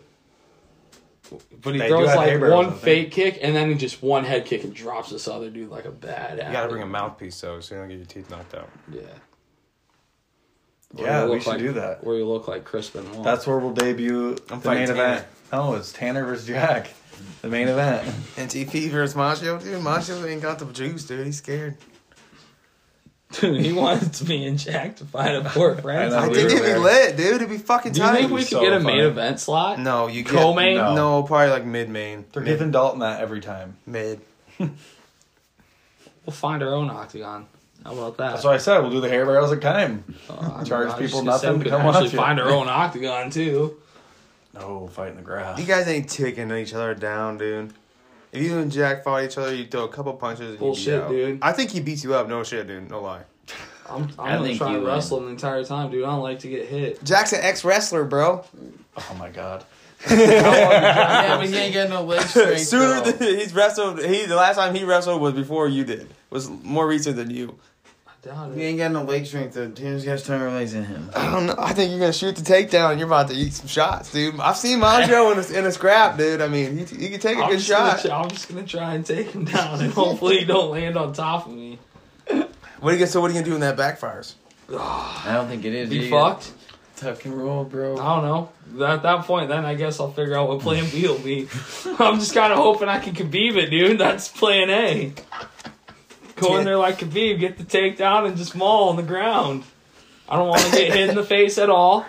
Speaker 2: But he
Speaker 3: They do
Speaker 2: throws
Speaker 3: have
Speaker 2: like
Speaker 3: hay barrels, I
Speaker 2: one
Speaker 3: think.
Speaker 2: fake kick and then he just one head kick and drops this other dude like a badass.
Speaker 1: You gotta bring a mouthpiece though, so you don't get your teeth knocked out.
Speaker 2: Yeah. Or
Speaker 3: Yeah,
Speaker 2: you
Speaker 3: we
Speaker 2: look
Speaker 3: should
Speaker 2: like-
Speaker 3: do that.
Speaker 2: Or you look like Crispin Wall.
Speaker 3: That's where we'll debut
Speaker 1: I'm
Speaker 3: the main
Speaker 1: fighting
Speaker 3: event. No, it's Tanner versus Jack. The main event.
Speaker 1: And TP versus Macho, dude. Macho ain't got the juice, dude. He's scared.
Speaker 2: dude. He wants me and Jack to fight a poor friend.
Speaker 3: I
Speaker 1: I
Speaker 3: we
Speaker 1: think
Speaker 3: were
Speaker 1: it'd be
Speaker 3: there.
Speaker 1: lit, dude. It'd be fucking
Speaker 2: Do you
Speaker 1: tight.
Speaker 2: think we
Speaker 3: was
Speaker 2: could
Speaker 3: so
Speaker 2: get a main
Speaker 3: funny.
Speaker 2: event slot?
Speaker 1: No, you get
Speaker 2: Co-main?
Speaker 1: No.
Speaker 3: No.
Speaker 1: probably like mid main.
Speaker 3: They're giving Dalton that every time.
Speaker 1: mid.
Speaker 2: We'll find our own octagon. How about that?
Speaker 3: That's what I said. We'll do the hair barrels at time.
Speaker 2: Uh,
Speaker 3: Charge
Speaker 2: I was
Speaker 3: people
Speaker 2: just gonna say
Speaker 3: nothing
Speaker 2: we
Speaker 3: to
Speaker 2: could
Speaker 3: come
Speaker 2: actually
Speaker 3: watch it.
Speaker 2: find our own octagon too.
Speaker 3: No, fighting the grass.
Speaker 1: You guys ain't taking each other down, dude. If you and Jack fought each other, you throw a couple punches. And
Speaker 2: Bullshit,
Speaker 1: you'd be out.
Speaker 2: dude.
Speaker 1: I think he beats you up. No shit, dude. No lie.
Speaker 2: I'm,
Speaker 4: I
Speaker 2: I'm gonna
Speaker 4: think
Speaker 2: try
Speaker 4: you
Speaker 2: to
Speaker 4: win.
Speaker 2: wrestle the entire time, dude. I don't like to get hit.
Speaker 1: Jack's an ex wrestler, bro.
Speaker 3: Oh my god.
Speaker 4: yeah, but he ain't got no leg strength.
Speaker 1: Sooner
Speaker 4: though.
Speaker 1: than he's wrestled. He the last time he wrestled was before you did. Was more recent than you.
Speaker 2: I doubt
Speaker 5: He
Speaker 2: it.
Speaker 5: ain't got no leg strength though. Tanner's got stronger legs than him.
Speaker 1: I don't know. I think you're gonna shoot the takedown. and You're about to eat some shots, dude. I've seen Monjo in a, in a scrap, dude. I mean, he, he can take a
Speaker 2: I'm
Speaker 1: good
Speaker 2: just gonna
Speaker 1: shot.
Speaker 2: try- I'm just gonna try and take him down, and hopefully he don't land on top of me.
Speaker 1: What are you gonna? So what are you gonna do when that backfires?
Speaker 4: I don't think it is.
Speaker 2: Be
Speaker 4: you
Speaker 2: fucked.
Speaker 5: Tuck and roll,
Speaker 2: I
Speaker 5: bro.
Speaker 2: don't know. At that point, then I guess I'll figure out what Plan B will be. I'm just kind of hoping I can Khabib it, dude. That's Plan A. Go in there like Khabib, get the takedown, and just maul on the ground. I don't want to get hit in the face at all,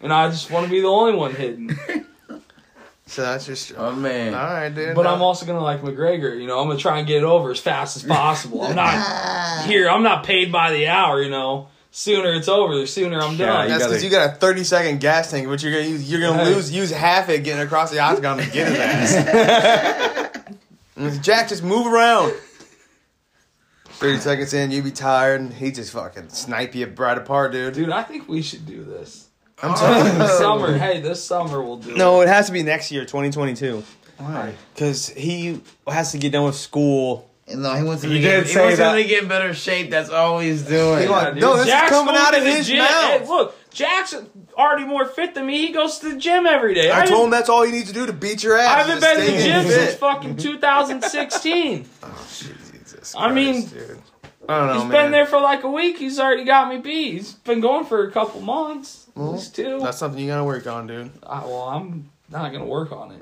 Speaker 2: and I just want to be the only one hidden.
Speaker 1: So that's just.
Speaker 4: Oh man.
Speaker 1: All right, dude.
Speaker 2: Uh, But I'm also gonna like McGregor, you know. I'm gonna try and get it over as fast as possible. I'm not here. I'm not paid by the hour, you know. Sooner it's over, the sooner I'm done.
Speaker 3: Yeah,
Speaker 1: That's because
Speaker 3: gotta-
Speaker 1: you got a 30 second gas tank, but you're gonna use you're gonna
Speaker 2: Hey.
Speaker 1: lose use half it getting across the octagon to get his ass. And Jack, just move around. 30 seconds in, you be tired, and he just fucking snipe you right apart, dude.
Speaker 2: Dude, I think we should do this.
Speaker 1: I'm telling you.
Speaker 2: This summer, hey, this summer we'll do
Speaker 1: No, it has to be next year, 2022,
Speaker 5: Why?
Speaker 1: because he has to get done with school.
Speaker 5: And no, he wants to
Speaker 3: You
Speaker 5: be.
Speaker 3: did
Speaker 5: he
Speaker 3: say
Speaker 5: wants
Speaker 3: that.
Speaker 5: to get in better shape. That's all he's doing.
Speaker 1: He
Speaker 2: it.
Speaker 1: wants-
Speaker 2: dude.
Speaker 1: no, this is
Speaker 2: Jack's
Speaker 1: coming
Speaker 2: going
Speaker 1: out
Speaker 2: to
Speaker 1: of
Speaker 2: the
Speaker 1: his
Speaker 2: gym.
Speaker 1: mouth.
Speaker 2: Hey, look, Jack's already more fit than me. He goes to the gym every day.
Speaker 1: I,
Speaker 2: I,
Speaker 1: told
Speaker 2: didn't-
Speaker 1: him that's all you need to do to beat your ass.
Speaker 2: I haven't
Speaker 1: is
Speaker 2: been to
Speaker 1: stay
Speaker 2: the gym
Speaker 1: getting
Speaker 2: since
Speaker 1: fit.
Speaker 2: fucking 2016.
Speaker 1: Jesus
Speaker 2: I mean,
Speaker 1: Christ, dude. I don't know,
Speaker 2: He's
Speaker 1: Oh, man.
Speaker 2: been there for like a week. He's already got me beat. He's been going for a couple months, at least two.
Speaker 1: That's something you gotta work on, dude.
Speaker 2: I, well, I'm not gonna work on it.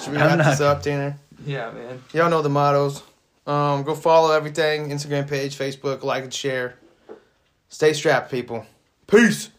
Speaker 1: Should we wrap this up, Tanner?
Speaker 2: Yeah, man.
Speaker 1: Y'all know the mottos. Um, go follow everything Instagram page, Facebook, like and share. Stay strapped, people. Peace.